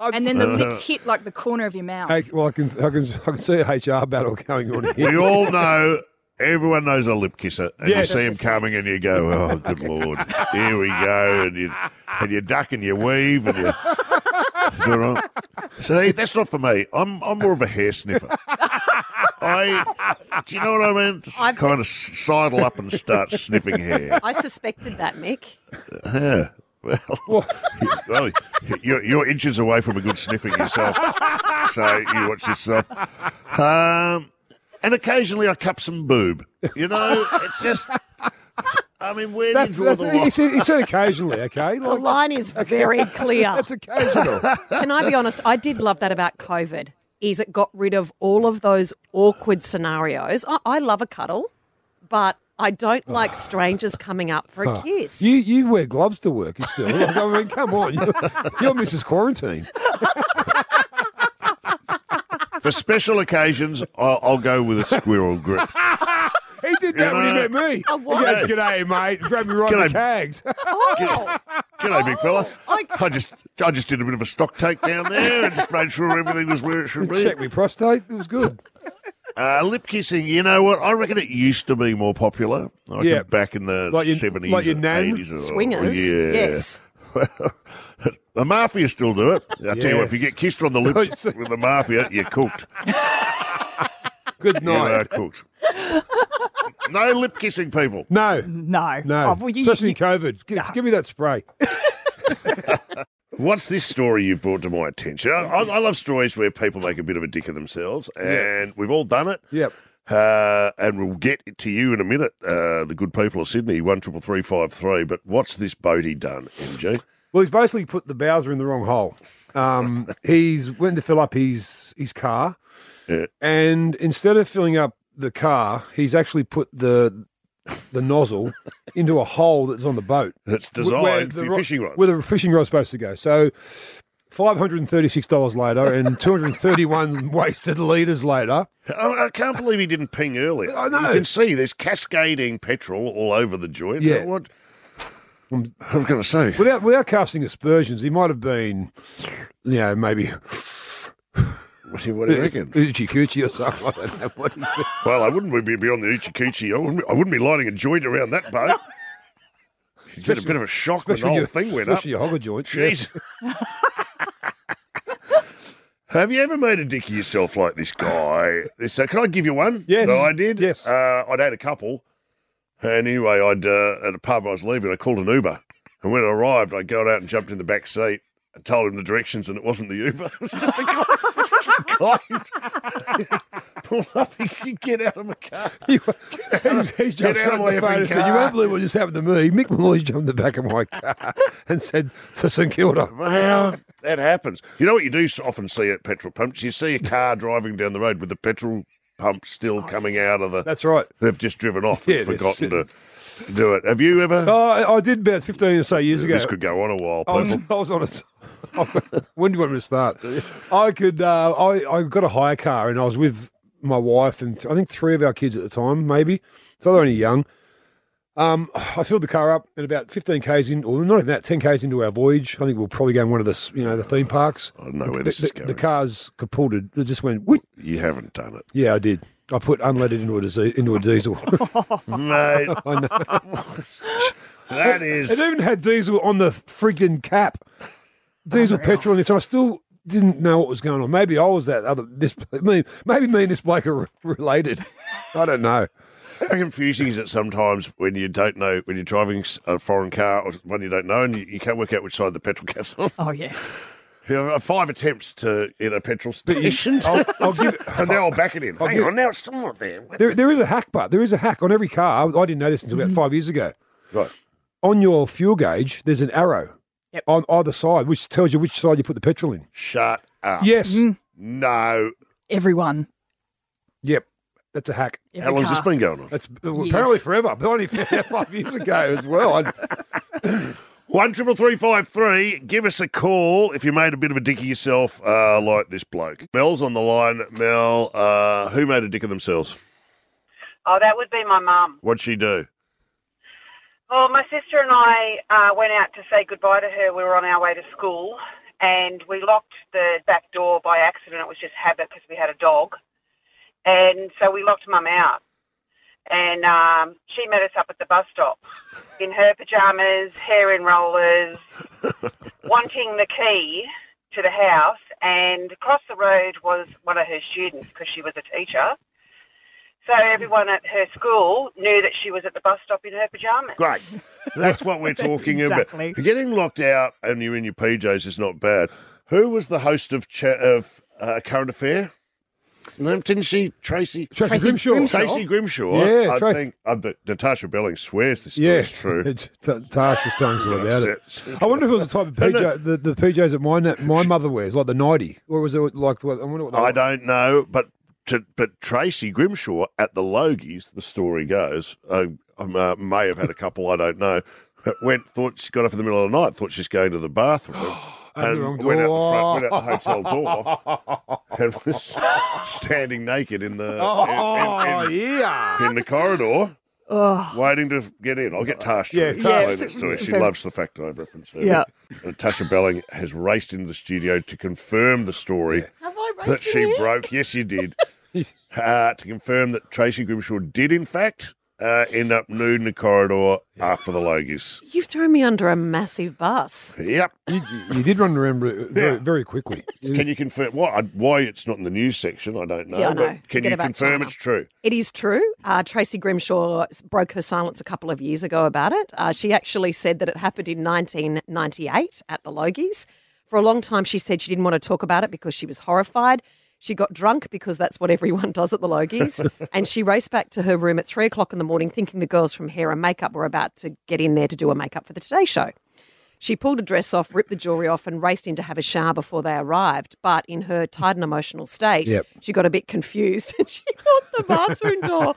Speaker 12: and then the lips hit like the corner of your mouth.
Speaker 4: Hey, well, I can, I can I can see a HR battle going on here.
Speaker 2: We all know, everyone knows a lip kisser, and
Speaker 4: Yes.
Speaker 2: you see him coming, and you go, "Oh, good lord, here we go!" And you and you duck and you weave, and you. You know? See, that's not for me. I'm I'm more of a hair sniffer. I, do you know what I mean? Just
Speaker 5: I've-
Speaker 2: kind of sidle up and start sniffing hair.
Speaker 5: I suspected that, Mick.
Speaker 2: Yeah. Well, well, you're, you're inches away from a good sniffing yourself. so you watch yourself. Um, and occasionally I cup some boob. You know, it's just. I mean, where
Speaker 4: That's,
Speaker 2: do you draw
Speaker 4: that's
Speaker 2: the
Speaker 4: he,
Speaker 2: line?
Speaker 4: said, he said occasionally, okay?
Speaker 5: The
Speaker 4: Like,
Speaker 5: line is very clear.
Speaker 4: that's occasional.
Speaker 5: Can I be honest? I did love that about COVID. Is it got rid of all of those awkward scenarios? I, I love a cuddle, but I don't like strangers coming up for a
Speaker 4: Ah. Huh.
Speaker 5: kiss.
Speaker 4: You you wear gloves to work it's still. Like, I mean, come on, you're, you're Mrs. Quarantine.
Speaker 2: For special occasions, I'll, I'll go with a squirrel grip.
Speaker 4: He did that when he met me.
Speaker 5: A what?
Speaker 4: He goes, "G'day, mate." Grab me right in the Oh,
Speaker 2: G'day.
Speaker 4: cags.
Speaker 12: Oh.
Speaker 2: G'day, big fella. I just I just did a bit of a stock take down there and just made sure everything was where it should be.
Speaker 4: Check me prostate. It was good.
Speaker 2: Uh, lip kissing, you know what? I reckon it used to be more popular. I reckon
Speaker 4: Yeah.
Speaker 2: back in the
Speaker 4: Like your-
Speaker 2: 70s,
Speaker 4: like your
Speaker 2: and
Speaker 4: nan?
Speaker 2: 80s. or-
Speaker 4: Swingers,
Speaker 2: yeah.
Speaker 4: yes.
Speaker 2: the mafia still do it. I tell you what, if you
Speaker 4: Yes.
Speaker 2: get kissed on the lips with the mafia, you're cooked.
Speaker 4: Good
Speaker 2: You are
Speaker 4: night.
Speaker 2: cooked. No lip kissing, people.
Speaker 4: No,
Speaker 12: no,
Speaker 4: no.
Speaker 12: Oh, well, you-
Speaker 4: Especially
Speaker 12: you-
Speaker 4: in COVID. Give, give me that spray.
Speaker 2: What's this story you've brought to my attention? I, I, I love stories where people make a bit of a dick of themselves, and we've all done it.
Speaker 4: Yep.
Speaker 2: Uh, and we'll get to you in a minute, uh, the good people of Sydney, one triple three five three. But what's this Bodie done, MG?
Speaker 4: Well, he's basically put the Bowser in the wrong hole. Um, he's went to fill up his his car, and instead of filling up the car, he's actually put the the nozzle into a hole that's on the boat.
Speaker 2: That's
Speaker 4: Wh- where
Speaker 2: designed
Speaker 4: the
Speaker 2: for your
Speaker 4: ro-
Speaker 2: fishing rods.
Speaker 4: Where the fishing rod's supposed to go. So. Five hundred and thirty-six dollars later, and two hundred and thirty-one wasted liters later.
Speaker 2: I, I can't believe he didn't ping earlier.
Speaker 4: I know.
Speaker 2: You can see there's cascading petrol all over the joint.
Speaker 4: Yeah.
Speaker 2: What? I'm going to say.
Speaker 4: Without without casting aspersions, he might have been, you know, maybe
Speaker 2: What do you, what do you reckon?
Speaker 4: Uchi Kuchi or something. I don't know what he said.
Speaker 2: Well, I wouldn't be beyond the Ichikuchi. I wouldn't, be- I wouldn't be lighting a joint around that boat. It's been a bit of a shock when the
Speaker 4: especially
Speaker 2: whole
Speaker 4: your-
Speaker 2: thing went up.
Speaker 4: especially your hogger joint,
Speaker 2: Jeez. Have you ever made a dick of yourself like this guy? This, uh, can I give you one?
Speaker 4: Yes.
Speaker 2: That I did?
Speaker 4: Yes.
Speaker 2: Uh, I'd had a couple. And anyway, I'd uh, at a pub I was leaving, I called an Uber. And when I arrived, I got out and jumped in the back seat and told him the directions, and it wasn't the Uber. It was just a guy. just a guy who'd pulled up. He could get out of my car.
Speaker 4: he's, he's jumped
Speaker 2: Get out
Speaker 4: straight
Speaker 2: of
Speaker 4: on
Speaker 2: my
Speaker 4: the phone
Speaker 2: effing
Speaker 4: and said, "You
Speaker 2: car."
Speaker 4: won't believe what just happened to me." Mick Malloy's jumped in the back of my car and said to St Kilda.
Speaker 2: Well, that happens. You know what you do s- often see at petrol pumps? You see a car driving down the road with the petrol pump still coming out of the.
Speaker 4: Oh, That's right.
Speaker 2: They've just driven off
Speaker 4: Yeah,
Speaker 2: and
Speaker 4: they're
Speaker 2: forgotten to do it. Have you ever?
Speaker 4: Oh, I, I did about fifteen or so years ago. Um,
Speaker 2: This could go on a while.
Speaker 4: I was,
Speaker 2: Purple.
Speaker 4: Oh, I was on a. s- when do you want me to start? I could. Uh, I I got a hire car, and I was with my wife and th- I think three of our kids at the time, maybe. So they're only young. Um, I filled the car up, and about fifteen k's in, or not even that, ten k's into our voyage, I think we'll probably go in one of the s- you know the theme parks. I
Speaker 2: don't know
Speaker 4: the,
Speaker 2: where this
Speaker 4: the,
Speaker 2: is
Speaker 4: The
Speaker 2: going.
Speaker 4: cars capulted. It just went. Whoop.
Speaker 2: You haven't done it,
Speaker 4: Yeah, I did. I put unleaded into a dise- into a diesel.
Speaker 2: mate.
Speaker 4: I know.
Speaker 2: That
Speaker 4: It
Speaker 2: is.
Speaker 4: even had diesel on the friggin' cap. Diesel petrol on this. I still didn't know what was going on. Maybe I was that other this me maybe me and this bloke are re- related. I don't know.
Speaker 2: How confusing is it sometimes when you don't know when you're driving s- a foreign car or one you don't know and you, you can't work out which side the petrol cap's on?
Speaker 12: Oh yeah.
Speaker 2: There are Five attempts to in a petrol station,
Speaker 4: I'll- I'll give-
Speaker 2: and now I'll back it in.
Speaker 4: I'll
Speaker 2: Hang
Speaker 4: give-
Speaker 2: on, now it's still not there.
Speaker 4: There there is a hack but there is a hack on every car. I didn't know this until about five years ago.
Speaker 2: Mm-hmm. Right.
Speaker 4: On your fuel gauge, there's an arrow
Speaker 12: Yep.
Speaker 4: on either side which tells you which side you put the petrol in.
Speaker 2: Shut up. Mm.
Speaker 4: Yes.
Speaker 2: No.
Speaker 12: Everyone.
Speaker 4: Yep. That's a hack.
Speaker 12: Every
Speaker 2: How long's this
Speaker 12: car.
Speaker 2: been going on?
Speaker 4: That's apparently
Speaker 12: Yes.
Speaker 4: forever. But I only found out five years ago as well. I,
Speaker 2: One triple three five three. Give us a call if you made a bit of a dick of yourself, uh, like this bloke. Mel's on the line. Mel, uh, who made a dick of themselves?
Speaker 16: Oh, that would be my mum.
Speaker 2: What'd she do?
Speaker 16: Well, my sister and I uh, went out to say goodbye to her. We were on our way to school, and we locked the back door by accident. It was just habit because we had a dog, and so we locked mum out. And um, she met us up at the bus stop in her pajamas, hair in rollers, wanting the key to the house. And across the road was one of her students because she was a teacher. So everyone at her school knew that she was at the bus stop in her pajamas.
Speaker 2: Great. That's what we're talking
Speaker 16: Exactly.
Speaker 2: about. Getting locked out and you're in your PJs is not bad. Who was the host of cha- of uh, Current Affair? No, didn't she? Tracy.
Speaker 4: Tracy Tracy Grimshaw. Grimshaw.
Speaker 2: Tracy Grimshaw.
Speaker 4: Yeah,
Speaker 2: I
Speaker 4: Tra-
Speaker 2: think uh, but Natasha Belling swears this story
Speaker 4: Yeah,
Speaker 2: is true.
Speaker 4: It's, t- Tasha's telling us all about it.
Speaker 2: Upset.
Speaker 4: I wonder if it was the type of PJ, the, the PJs that my na- my mother wears, like the nighty, or was it like what, I wonder what they
Speaker 2: I
Speaker 4: were.
Speaker 2: don't know, but to, but Tracy Grimshaw at the Logies, the story goes, uh, um, uh, may have had a couple, I don't know. But went, thought she got up in the middle of the night, thought she's going to the bathroom.
Speaker 4: Opened the wrong
Speaker 2: went out the
Speaker 4: door.
Speaker 2: front, went out the hotel door, and was standing naked in the
Speaker 4: Oh,
Speaker 2: in, in- in the corridor,
Speaker 12: Oh.
Speaker 2: waiting to get in. I'll get Tash. To
Speaker 12: Yeah,
Speaker 2: yeah,
Speaker 12: Tash.
Speaker 2: This to her. She
Speaker 12: Yeah.
Speaker 2: loves the fact I reference her.
Speaker 12: Yeah.
Speaker 2: And Tasha Belling has raced into the studio to confirm the story
Speaker 5: Have I
Speaker 2: that
Speaker 5: raced
Speaker 2: she
Speaker 5: in here?
Speaker 2: broke. Yes, you did. uh, to confirm that Tracy Grimshaw did, in fact, uh, end up nude in the corridor after the Logies.
Speaker 5: You've thrown me under a massive bus.
Speaker 2: Yep.
Speaker 4: You, you did run around very, very quickly.
Speaker 2: Can you confirm what? I- Why it's not in the news section? I don't know.
Speaker 5: Yeah, I know.
Speaker 2: But can
Speaker 5: Forget
Speaker 2: you
Speaker 5: about
Speaker 2: confirm
Speaker 5: China.
Speaker 2: it's true?
Speaker 5: It is true. Uh, Tracy Grimshaw s- broke her silence a couple of years ago about it. Uh, she actually said that it happened in 1998 at the Logies. For a long time, she said she didn't want to talk about it because she was horrified. She got drunk because that's what everyone does at the Logies. and she raced back to her room at three o'clock in the morning, thinking the girls from hair and makeup were about to get in there to do a makeup for the Today Show. She pulled a dress off, ripped the jewelry off, and raced in to have a shower before they arrived. But in her tired and emotional state,
Speaker 4: Yep.
Speaker 5: she got a bit confused and she thought the bathroom door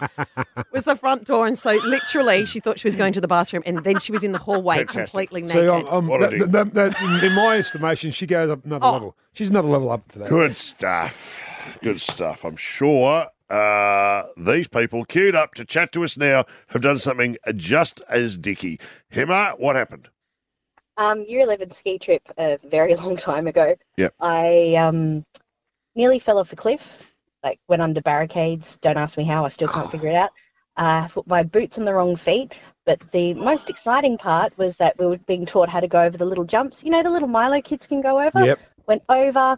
Speaker 5: was the front door. And so, literally, she thought she was going to the bathroom, and then she was in the hallway
Speaker 4: Fantastic.
Speaker 5: completely naked.
Speaker 4: So
Speaker 2: um,
Speaker 4: I'm, I'm, that, that, that- in my estimation, she goes up another
Speaker 5: Oh.
Speaker 4: level. She's another level up to that.
Speaker 2: Good stuff. Good stuff. I'm sure uh, these people queued up to chat to us now have done something just as dicky. Hema, what happened?
Speaker 21: Um, year 11 ski trip a very long time ago.
Speaker 2: Yep.
Speaker 21: I um, nearly fell off a cliff, like went under barricades. Don't ask me how, I still can't figure it out. Uh, I put my boots on the wrong feet. But the most exciting part was that we were being taught how to go over the little jumps. You know, the little Milo kids can go over?
Speaker 22: Yep.
Speaker 21: Went over,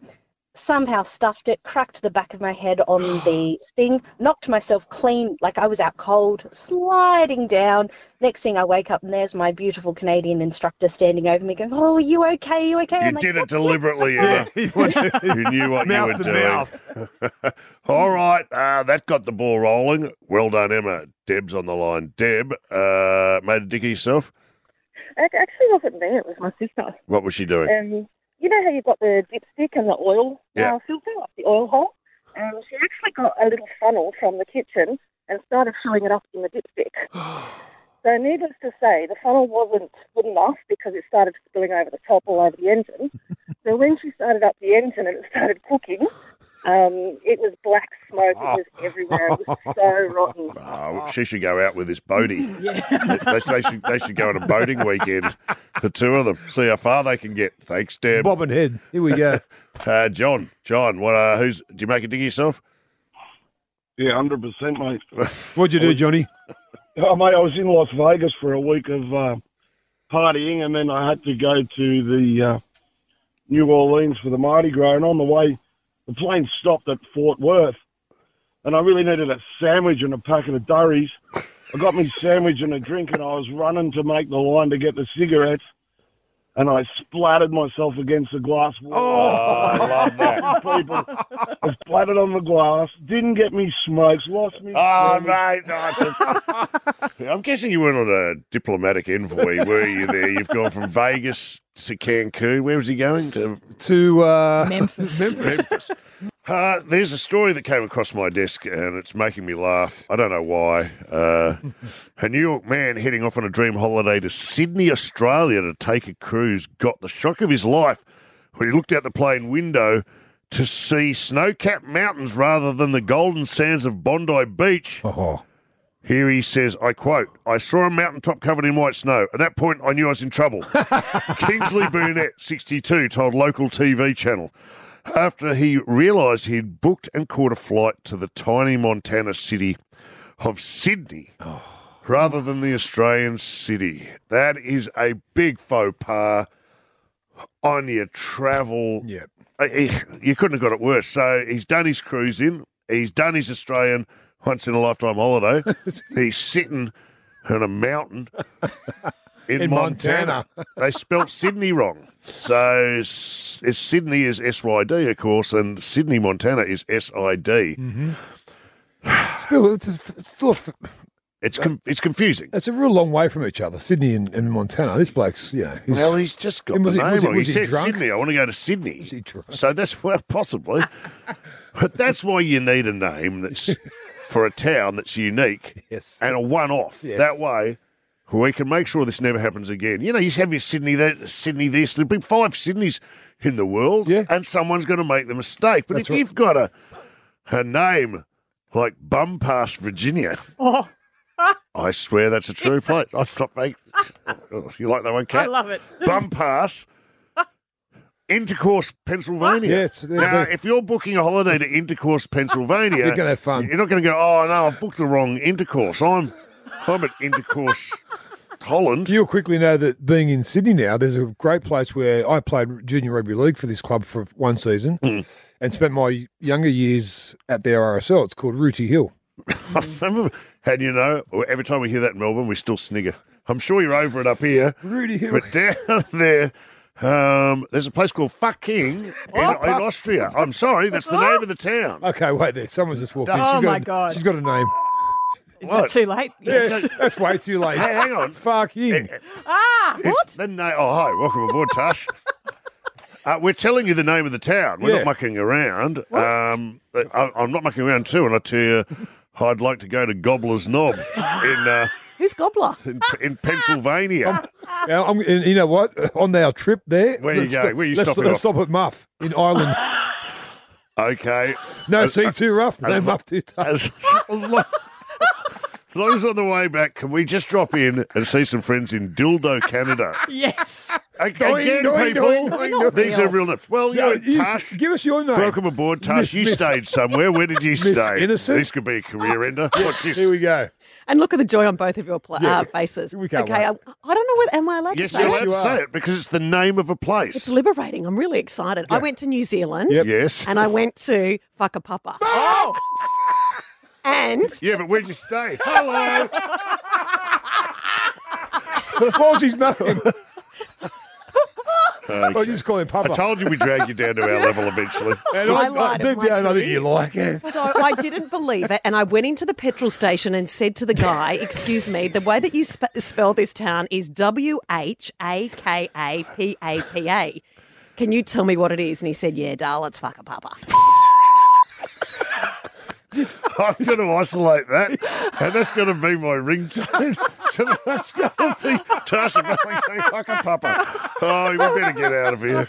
Speaker 21: somehow stuffed it, cracked the back of my head on the thing, knocked myself clean, like I was out cold, sliding down. Next thing I wake up and there's my beautiful Canadian instructor standing over me going, Oh, are you okay? you okay?
Speaker 2: You did it deliberately, Emma. you knew what you
Speaker 4: Mouth
Speaker 2: were
Speaker 4: to
Speaker 2: doing. All right, uh, that got the ball rolling. Well done, Emma. Deb's on the line. Deb uh, made a dicky yourself.
Speaker 23: It actually wasn't me, it was my sister.
Speaker 2: What was she doing?
Speaker 23: Um, you know how you've got the dipstick and the oil
Speaker 2: Yeah.
Speaker 23: uh, filter, like the oil hole? Um, she actually got a little funnel from the kitchen and started filling it up in the dipstick. so, needless to say, the funnel wasn't good enough because it started spilling over the top all over the engine. so, when she started up the engine and it started cooking, um, it was black smoke, it was everywhere, it was so rotten.
Speaker 2: Oh, she should go out with this Bodie. they, they should, they should go on a boating weekend, the two of them. See how far they can get. Thanks, Deb.
Speaker 4: Bob and Head. Here we go.
Speaker 2: uh, John, John, what? Uh, who's? Did you make a dig yourself?
Speaker 24: Yeah, hundred percent, mate.
Speaker 4: What'd you do, Johnny?
Speaker 24: Oh, mate, I was in Las Vegas for a week of uh, partying, and then I had to go to the uh, New Orleans for the Mardi Gras. And on the way, the plane stopped at Fort Worth, and I really needed a sandwich and a packet of durries. I got me sandwich and a drink, and I was running to make the line to get the cigarettes, and I splattered myself against the glass
Speaker 4: Oh.
Speaker 24: wall.
Speaker 2: Oh, I love that.
Speaker 24: I splattered on the glass, didn't get me smokes, lost me.
Speaker 2: Oh,
Speaker 24: sandwich.
Speaker 2: mate. no, it's a- I'm guessing you weren't on a diplomatic envoy, were you there? You've gone from Vegas to Cancun. Where was he going? To
Speaker 4: To uh,
Speaker 2: Memphis. Memphis. Uh, there's a story that came across my desk and it's making me laugh. I don't know why. Uh, a New York man heading off on a dream holiday to Sydney, Australia to take a cruise got the shock of his life when he looked out the plane window to see snow capped mountains rather than the golden sands of Bondi Beach. Here he says, I quote, I saw a mountaintop covered in white snow. At that point, I knew I was in trouble. Kingsley Burnett, 62, told local TV channel after he realised he had booked and caught a flight to the tiny Montana city of Sydney rather than the Australian city. That is a big faux pas on your travel. Yeah. You couldn't have got it worse. So he's done his cruise in, he's done his Australian once in a lifetime holiday. he's sitting on a mountain in,
Speaker 4: In
Speaker 2: Montana. they spelt Sydney wrong. So S- it's Sydney is S Y D, of course, and Sydney, Montana is S I D.
Speaker 4: hmm Still, it's, a, it's still a f-
Speaker 2: It's com- it's confusing.
Speaker 4: It's a real long way from each other, Sydney and, and Montana. This bloke's, you know.
Speaker 2: well, he's just got
Speaker 4: And was
Speaker 2: the
Speaker 4: he-
Speaker 2: name
Speaker 4: was he-
Speaker 2: wrong.
Speaker 4: was he
Speaker 2: said
Speaker 4: drunk?
Speaker 2: Sydney. I want to go to Sydney. So that's well, possibly, but that's why you need a name that's for a town that's unique
Speaker 4: yes.
Speaker 2: and a one off.
Speaker 4: Yes.
Speaker 2: That way, we can make sure this never happens again. You know, you have your Sydney that, Sydney this, there'll be five Sydneys in the world, yeah. and someone's going to make the mistake. But if you've got a, a name like Bum Past Virginia,
Speaker 5: Oh,
Speaker 2: I swear that's a true place. I stop making. Oh, you like that one, Kat?
Speaker 5: I love it.
Speaker 2: Bum pass. Intercourse, Pennsylvania.
Speaker 4: Yeah, it's- yeah,
Speaker 2: now,
Speaker 4: but-
Speaker 2: if you're booking a holiday to Intercourse, Pennsylvania,
Speaker 4: You're gonna have fun.
Speaker 2: You're not going to go. Oh no, I've booked the wrong intercourse. I'm, I'm at Intercourse, Holland.
Speaker 4: You'll quickly know that being in Sydney now, there's a great place where I played junior rugby league for this club for one season
Speaker 2: Hmm.
Speaker 4: and spent my younger years at their RSL. It's called Rooty Hill.
Speaker 2: I remember, and you know, every time we hear that in Melbourne, we still snigger. I'm sure you're over it up here,
Speaker 4: Rudy Hill.
Speaker 2: but down there, um, there's a place called Fucking in, in Austria. I'm sorry, that's the name of the town.
Speaker 4: Okay, wait there. Someone's just walked in.
Speaker 2: Oh,
Speaker 4: She's got
Speaker 2: my
Speaker 4: a-
Speaker 2: God.
Speaker 4: She's got a name.
Speaker 2: Is that What? too
Speaker 5: late?
Speaker 4: Yes, that's way too late.
Speaker 2: Hey, hang on.
Speaker 4: Fucking.
Speaker 5: Ah,
Speaker 2: what? The na- oh, hi. Welcome aboard, Tash. Uh, we're telling you the name of the town. We're
Speaker 4: Yeah.
Speaker 2: not mucking around. Um, I, I'm not mucking around too, and I tell you, I'd like to go to Gobbler's Knob in uh,
Speaker 5: who's Gobbler?
Speaker 2: in, in Pennsylvania.
Speaker 4: Now, I'm, and you know what? On our trip there,
Speaker 2: Where you
Speaker 4: let's
Speaker 2: go?
Speaker 4: stop-
Speaker 2: Where you
Speaker 4: let's,
Speaker 2: stopping
Speaker 4: Let's
Speaker 2: off?
Speaker 4: stop at Muff in Ireland.
Speaker 2: okay.
Speaker 4: No
Speaker 2: As-
Speaker 4: sea too rough. No
Speaker 2: as-
Speaker 4: Muff too tough.
Speaker 2: As, as long, as long as on the way back, can we just drop in and see some friends in Dildo, Canada?
Speaker 5: Yes.
Speaker 2: Again, people, these are real names. Well, you
Speaker 4: No,
Speaker 2: know,
Speaker 4: you-
Speaker 2: Tash.
Speaker 4: give us your name.
Speaker 2: Welcome aboard,
Speaker 4: Miss-
Speaker 2: Tash. you
Speaker 4: Miss-
Speaker 2: stayed somewhere. Where did you
Speaker 4: Miss
Speaker 2: stay?
Speaker 4: Innocent?
Speaker 2: This could be a career ender. What's this?
Speaker 4: Here we go.
Speaker 5: And look at the joy on both of your pla
Speaker 2: Yeah.
Speaker 5: uh, faces.
Speaker 2: We can't
Speaker 5: okay, I,
Speaker 2: wait.
Speaker 5: I don't know whether am I allowed
Speaker 2: Yes,
Speaker 5: to say
Speaker 2: you're
Speaker 5: it?
Speaker 2: allowed to say it because it's the name of a place.
Speaker 5: It's liberating. I'm really excited. I went to New Zealand.
Speaker 2: Yep. Yes.
Speaker 5: And I went to Fucker Papa. Oh. and
Speaker 2: yeah, but where'd you stay? Hello.
Speaker 4: what was his name?
Speaker 2: Okay.
Speaker 4: I just call him Papa.
Speaker 2: I told you we drag you down to our level eventually.
Speaker 4: And I,
Speaker 5: I
Speaker 4: I,
Speaker 5: lied,
Speaker 4: deep
Speaker 5: I'm
Speaker 4: down, I think
Speaker 5: like,
Speaker 4: you like it.
Speaker 5: So I didn't believe it, and I went into the petrol station and said to the guy, "Excuse me, the way that you sp- spell this town is W H A K A P A P A. Can you tell me what it is?" And he said, "Yeah, darl, it's fucker papa."
Speaker 2: I'm going to isolate that, and that's going to be my ringtone. So that's going to be Tash and Melanie saying, "Fuck a papa." Oh, we better get out of here.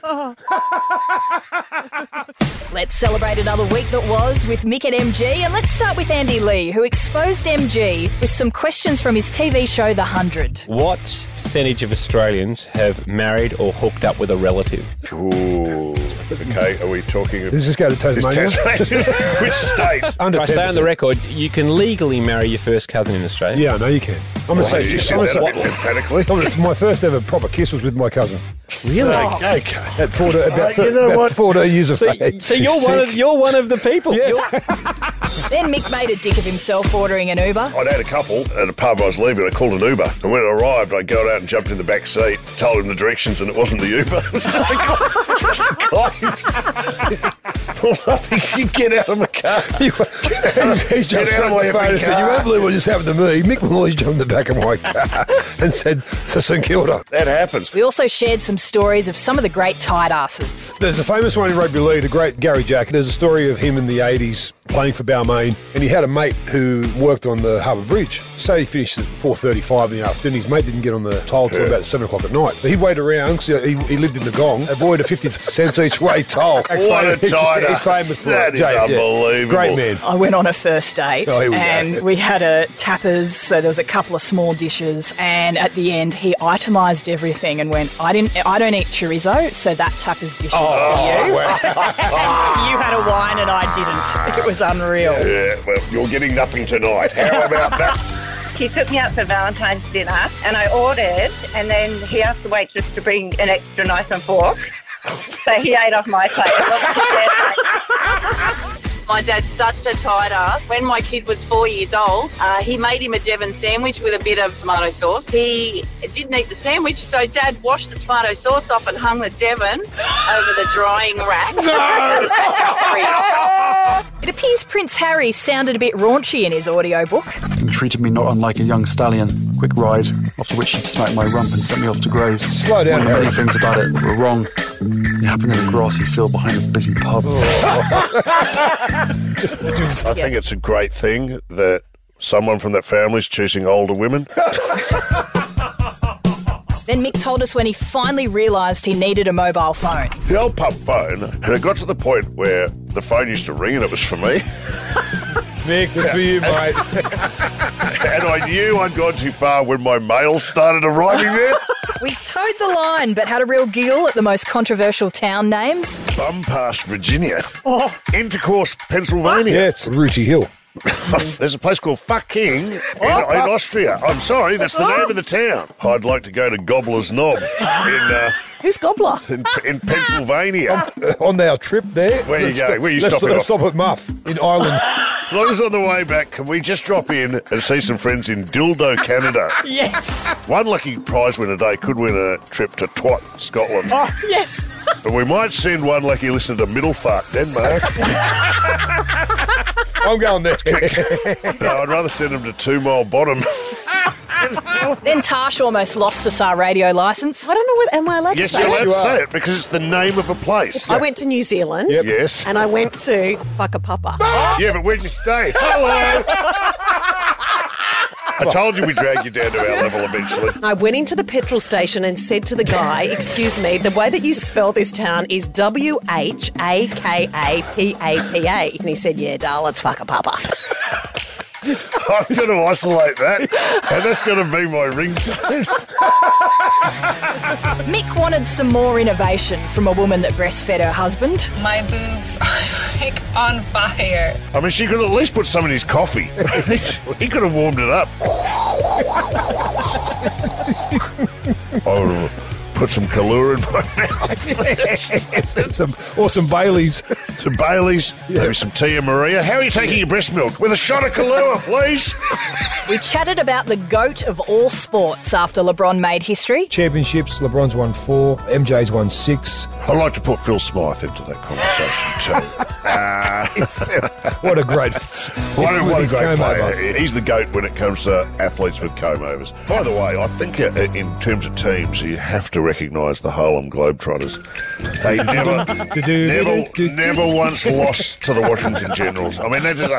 Speaker 3: Let's celebrate another week that was with Mick at MG, and let's start with Andy Lee, who exposed MG with some questions from his TV show The Hundred.
Speaker 20: What percentage of Australians have married or hooked up with a relative?
Speaker 2: Ooh. Okay, are we talking?
Speaker 4: Does this go to Tasmania?
Speaker 2: Which state?
Speaker 4: Under
Speaker 20: I stay on
Speaker 4: 10%.
Speaker 20: the record. You can legally marry your first cousin in Australia.
Speaker 4: Yeah, I know you can. I'm gonna
Speaker 20: Well,
Speaker 4: say
Speaker 20: you
Speaker 4: six.
Speaker 20: said
Speaker 4: I'm gonna
Speaker 20: that
Speaker 4: say,
Speaker 20: a bit
Speaker 2: emphatically.
Speaker 4: my first ever proper kiss was with my cousin.
Speaker 20: Really? Oh.
Speaker 2: Okay.
Speaker 4: At 40, about,
Speaker 20: You know
Speaker 4: about
Speaker 20: what?
Speaker 4: 40 years of
Speaker 20: So-
Speaker 4: age.
Speaker 20: so you're one of- you're one of the people.
Speaker 3: Then Mick made a dick of himself ordering an Uber.
Speaker 2: I'd had a couple at a pub I was leaving. I called an Uber, and when it arrived, I got out and jumped in the back seat, told him the directions, and it wasn't the Uber. It was just a guy. just a guy. Pulled up, he could get out of my car.
Speaker 4: He's, he's jumped
Speaker 2: Get out
Speaker 4: out
Speaker 2: of
Speaker 4: of
Speaker 2: my
Speaker 4: the phone and said,
Speaker 2: car."
Speaker 4: you won't believe what just happened to me. Mick Malloy's jumped in the back of my car and said, to St Kilda.
Speaker 2: That happens.
Speaker 3: We also shared some stories of some of the great tight asses.
Speaker 4: There's a famous one in rugby league, the great Gary Jack. There's a story of him in the 80s playing for Balmain, and he had a mate who worked on the Harbour Bridge. So he finished at 4.35 in the afternoon. His mate didn't get on the toll till
Speaker 2: Yeah.
Speaker 4: about 7 o'clock at night. But he waited around because he, he lived in the gong, avoided a 50 cents each way toll.
Speaker 2: What a
Speaker 4: He's-
Speaker 2: tight
Speaker 4: he's
Speaker 2: ass.
Speaker 4: famous for
Speaker 2: That
Speaker 4: it.
Speaker 2: is
Speaker 4: Jay, yeah.
Speaker 2: unbelievable.
Speaker 4: Great man.
Speaker 12: I went on a first date
Speaker 4: Oh, here we go.
Speaker 12: and we had a tappers, so there was a couple of small dishes, and at the end he itemised everything and went, I didn't I don't eat chorizo, so that tappers dish is
Speaker 4: Oh.
Speaker 12: for you. you had a wine and I didn't. It was unreal.
Speaker 2: Yeah, well, you're getting nothing tonight. How about that?
Speaker 6: He took me out for Valentine's dinner and I ordered, and then he asked the waitress to bring an extra knife and fork. so he ate off my plate.
Speaker 7: My dad's such a tight ass. When my kid was four years old, uh, he made him a Devon sandwich with a bit of tomato sauce. He didn't eat the sandwich, so dad washed the tomato sauce off and hung the Devon over the drying rack.
Speaker 3: It appears Prince Harry sounded a bit raunchy in his audiobook.
Speaker 22: and treated me not unlike a young stallion. Quick ride, after which she smacked my rump and sent me off to graze.
Speaker 4: Slow down,
Speaker 22: One of the many
Speaker 4: Harry.
Speaker 22: things about it that were wrong.
Speaker 3: It happened in a grassy field behind a busy pub.
Speaker 4: Oh.
Speaker 2: I think it's a great thing that someone from that family's choosing older women.
Speaker 12: Then Mick told us when he finally realised he needed a mobile phone.
Speaker 2: The old pub phone, and it got to the point where the phone used to ring and it was for me.
Speaker 4: Mick,
Speaker 2: it's
Speaker 4: for you, mate.
Speaker 2: and I knew I'd gone too far when my mail started arriving there.
Speaker 12: We towed the line, but had a real giggle at the most controversial town names.
Speaker 2: Bum past Virginia.
Speaker 4: Oh.
Speaker 2: Intercourse, Pennsylvania. Yeah,
Speaker 4: it's Ruchi Hill. Oh,
Speaker 2: There's a place called Fucking in, in Austria. I'm sorry, that's the name of the town. I'd like to go to Gobbler's Knob in, uh,
Speaker 5: Who's Gobbler?
Speaker 2: in, in Pennsylvania.
Speaker 4: On our trip there.
Speaker 2: Where you
Speaker 4: let's
Speaker 2: go?
Speaker 4: stop-
Speaker 2: Where you
Speaker 4: let's,
Speaker 2: stopping
Speaker 4: Let's
Speaker 2: off?
Speaker 4: stop at Muff in Ireland.
Speaker 2: As long as on the way back, can we just drop in and see some friends in Dildo, Canada?
Speaker 12: Yes.
Speaker 2: One lucky prize winner today could win a trip to Twat, Scotland.
Speaker 12: Oh, yes.
Speaker 2: But we might send one lucky listener to Middlefark, Denmark.
Speaker 4: I'm going there.
Speaker 2: no, I'd rather send them to Two Mile Bottom.
Speaker 12: then Tash almost lost us our radio licence. I
Speaker 5: don't know whether am I allowed
Speaker 2: yes, you're allowed to say it because it's the name of a place.
Speaker 5: I went to New Zealand.
Speaker 2: Yep. Yes.
Speaker 5: And I went to fuck a papa.
Speaker 2: Yeah, but where'd you stay? Hello. I told you we drag you down to our level eventually.
Speaker 5: I went into the petrol station and said to the guy, Excuse me, the way that you spell this town is W H A K A P A P A. And he said, Yeah, darl, it's fuck a papa.
Speaker 2: I'm going to isolate that, and that's going to be my ringtone.
Speaker 12: Mick wanted some more innovation from a woman that breastfed her husband.
Speaker 7: My boobs are like on fire.
Speaker 2: I mean, she could at least put some in his coffee. he could have warmed it up. I would have put some Kahlua in my mouth.
Speaker 4: some, or some Baileys.
Speaker 2: Some Baileys, maybe some Tia Maria. How are you taking your breast milk? With a shot of Kahlua, please.
Speaker 12: We chatted about the goat of all sports after LeBron made history.
Speaker 4: Championships, LeBron's won four, MJ's won six.
Speaker 2: I'd like to put Phil Smythe into that conversation too. Uh,
Speaker 4: What a great,
Speaker 2: What a, what a
Speaker 4: his
Speaker 2: great
Speaker 4: comb
Speaker 2: player.
Speaker 4: over.
Speaker 2: He's the GOAT when it comes to athletes with comb overs. By the way, I think uh, in terms of teams, you have to recognise the Harlem Globetrotters. They never, never, never once lost to the Washington Generals. I mean, that is a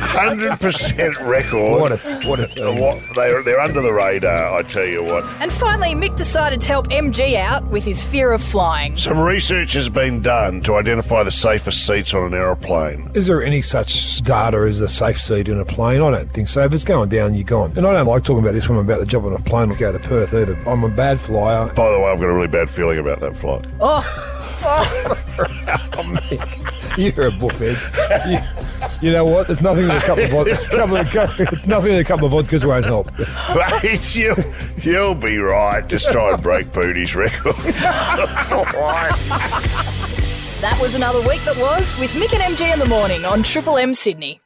Speaker 2: 100% record.
Speaker 4: What a- what a team.
Speaker 2: What- they're, they're under the radar, I tell you what.
Speaker 12: And finally, Mick decided to help MG out with his fear of flying.
Speaker 2: Some research has been done to identify the safest seats on an aeroplane.
Speaker 4: Is there any such data as a safe seat in a plane? I don't think so. If it's going down, you're gone. And I don't like talking about this when I'm about to jump on a plane or go to Perth either. I'm a bad flyer.
Speaker 2: By the way, I've got a really bad feeling about that flight.
Speaker 4: You're a buffhead. You, you know what? It's nothing that a couple of vodkas, couple of, co- it's nothing that a couple of vodkas won't help.
Speaker 2: Mate, you, you'll be right. Just try and break Booty's record.
Speaker 12: That was another week that was with Mick and MG in the morning on Triple M Sydney.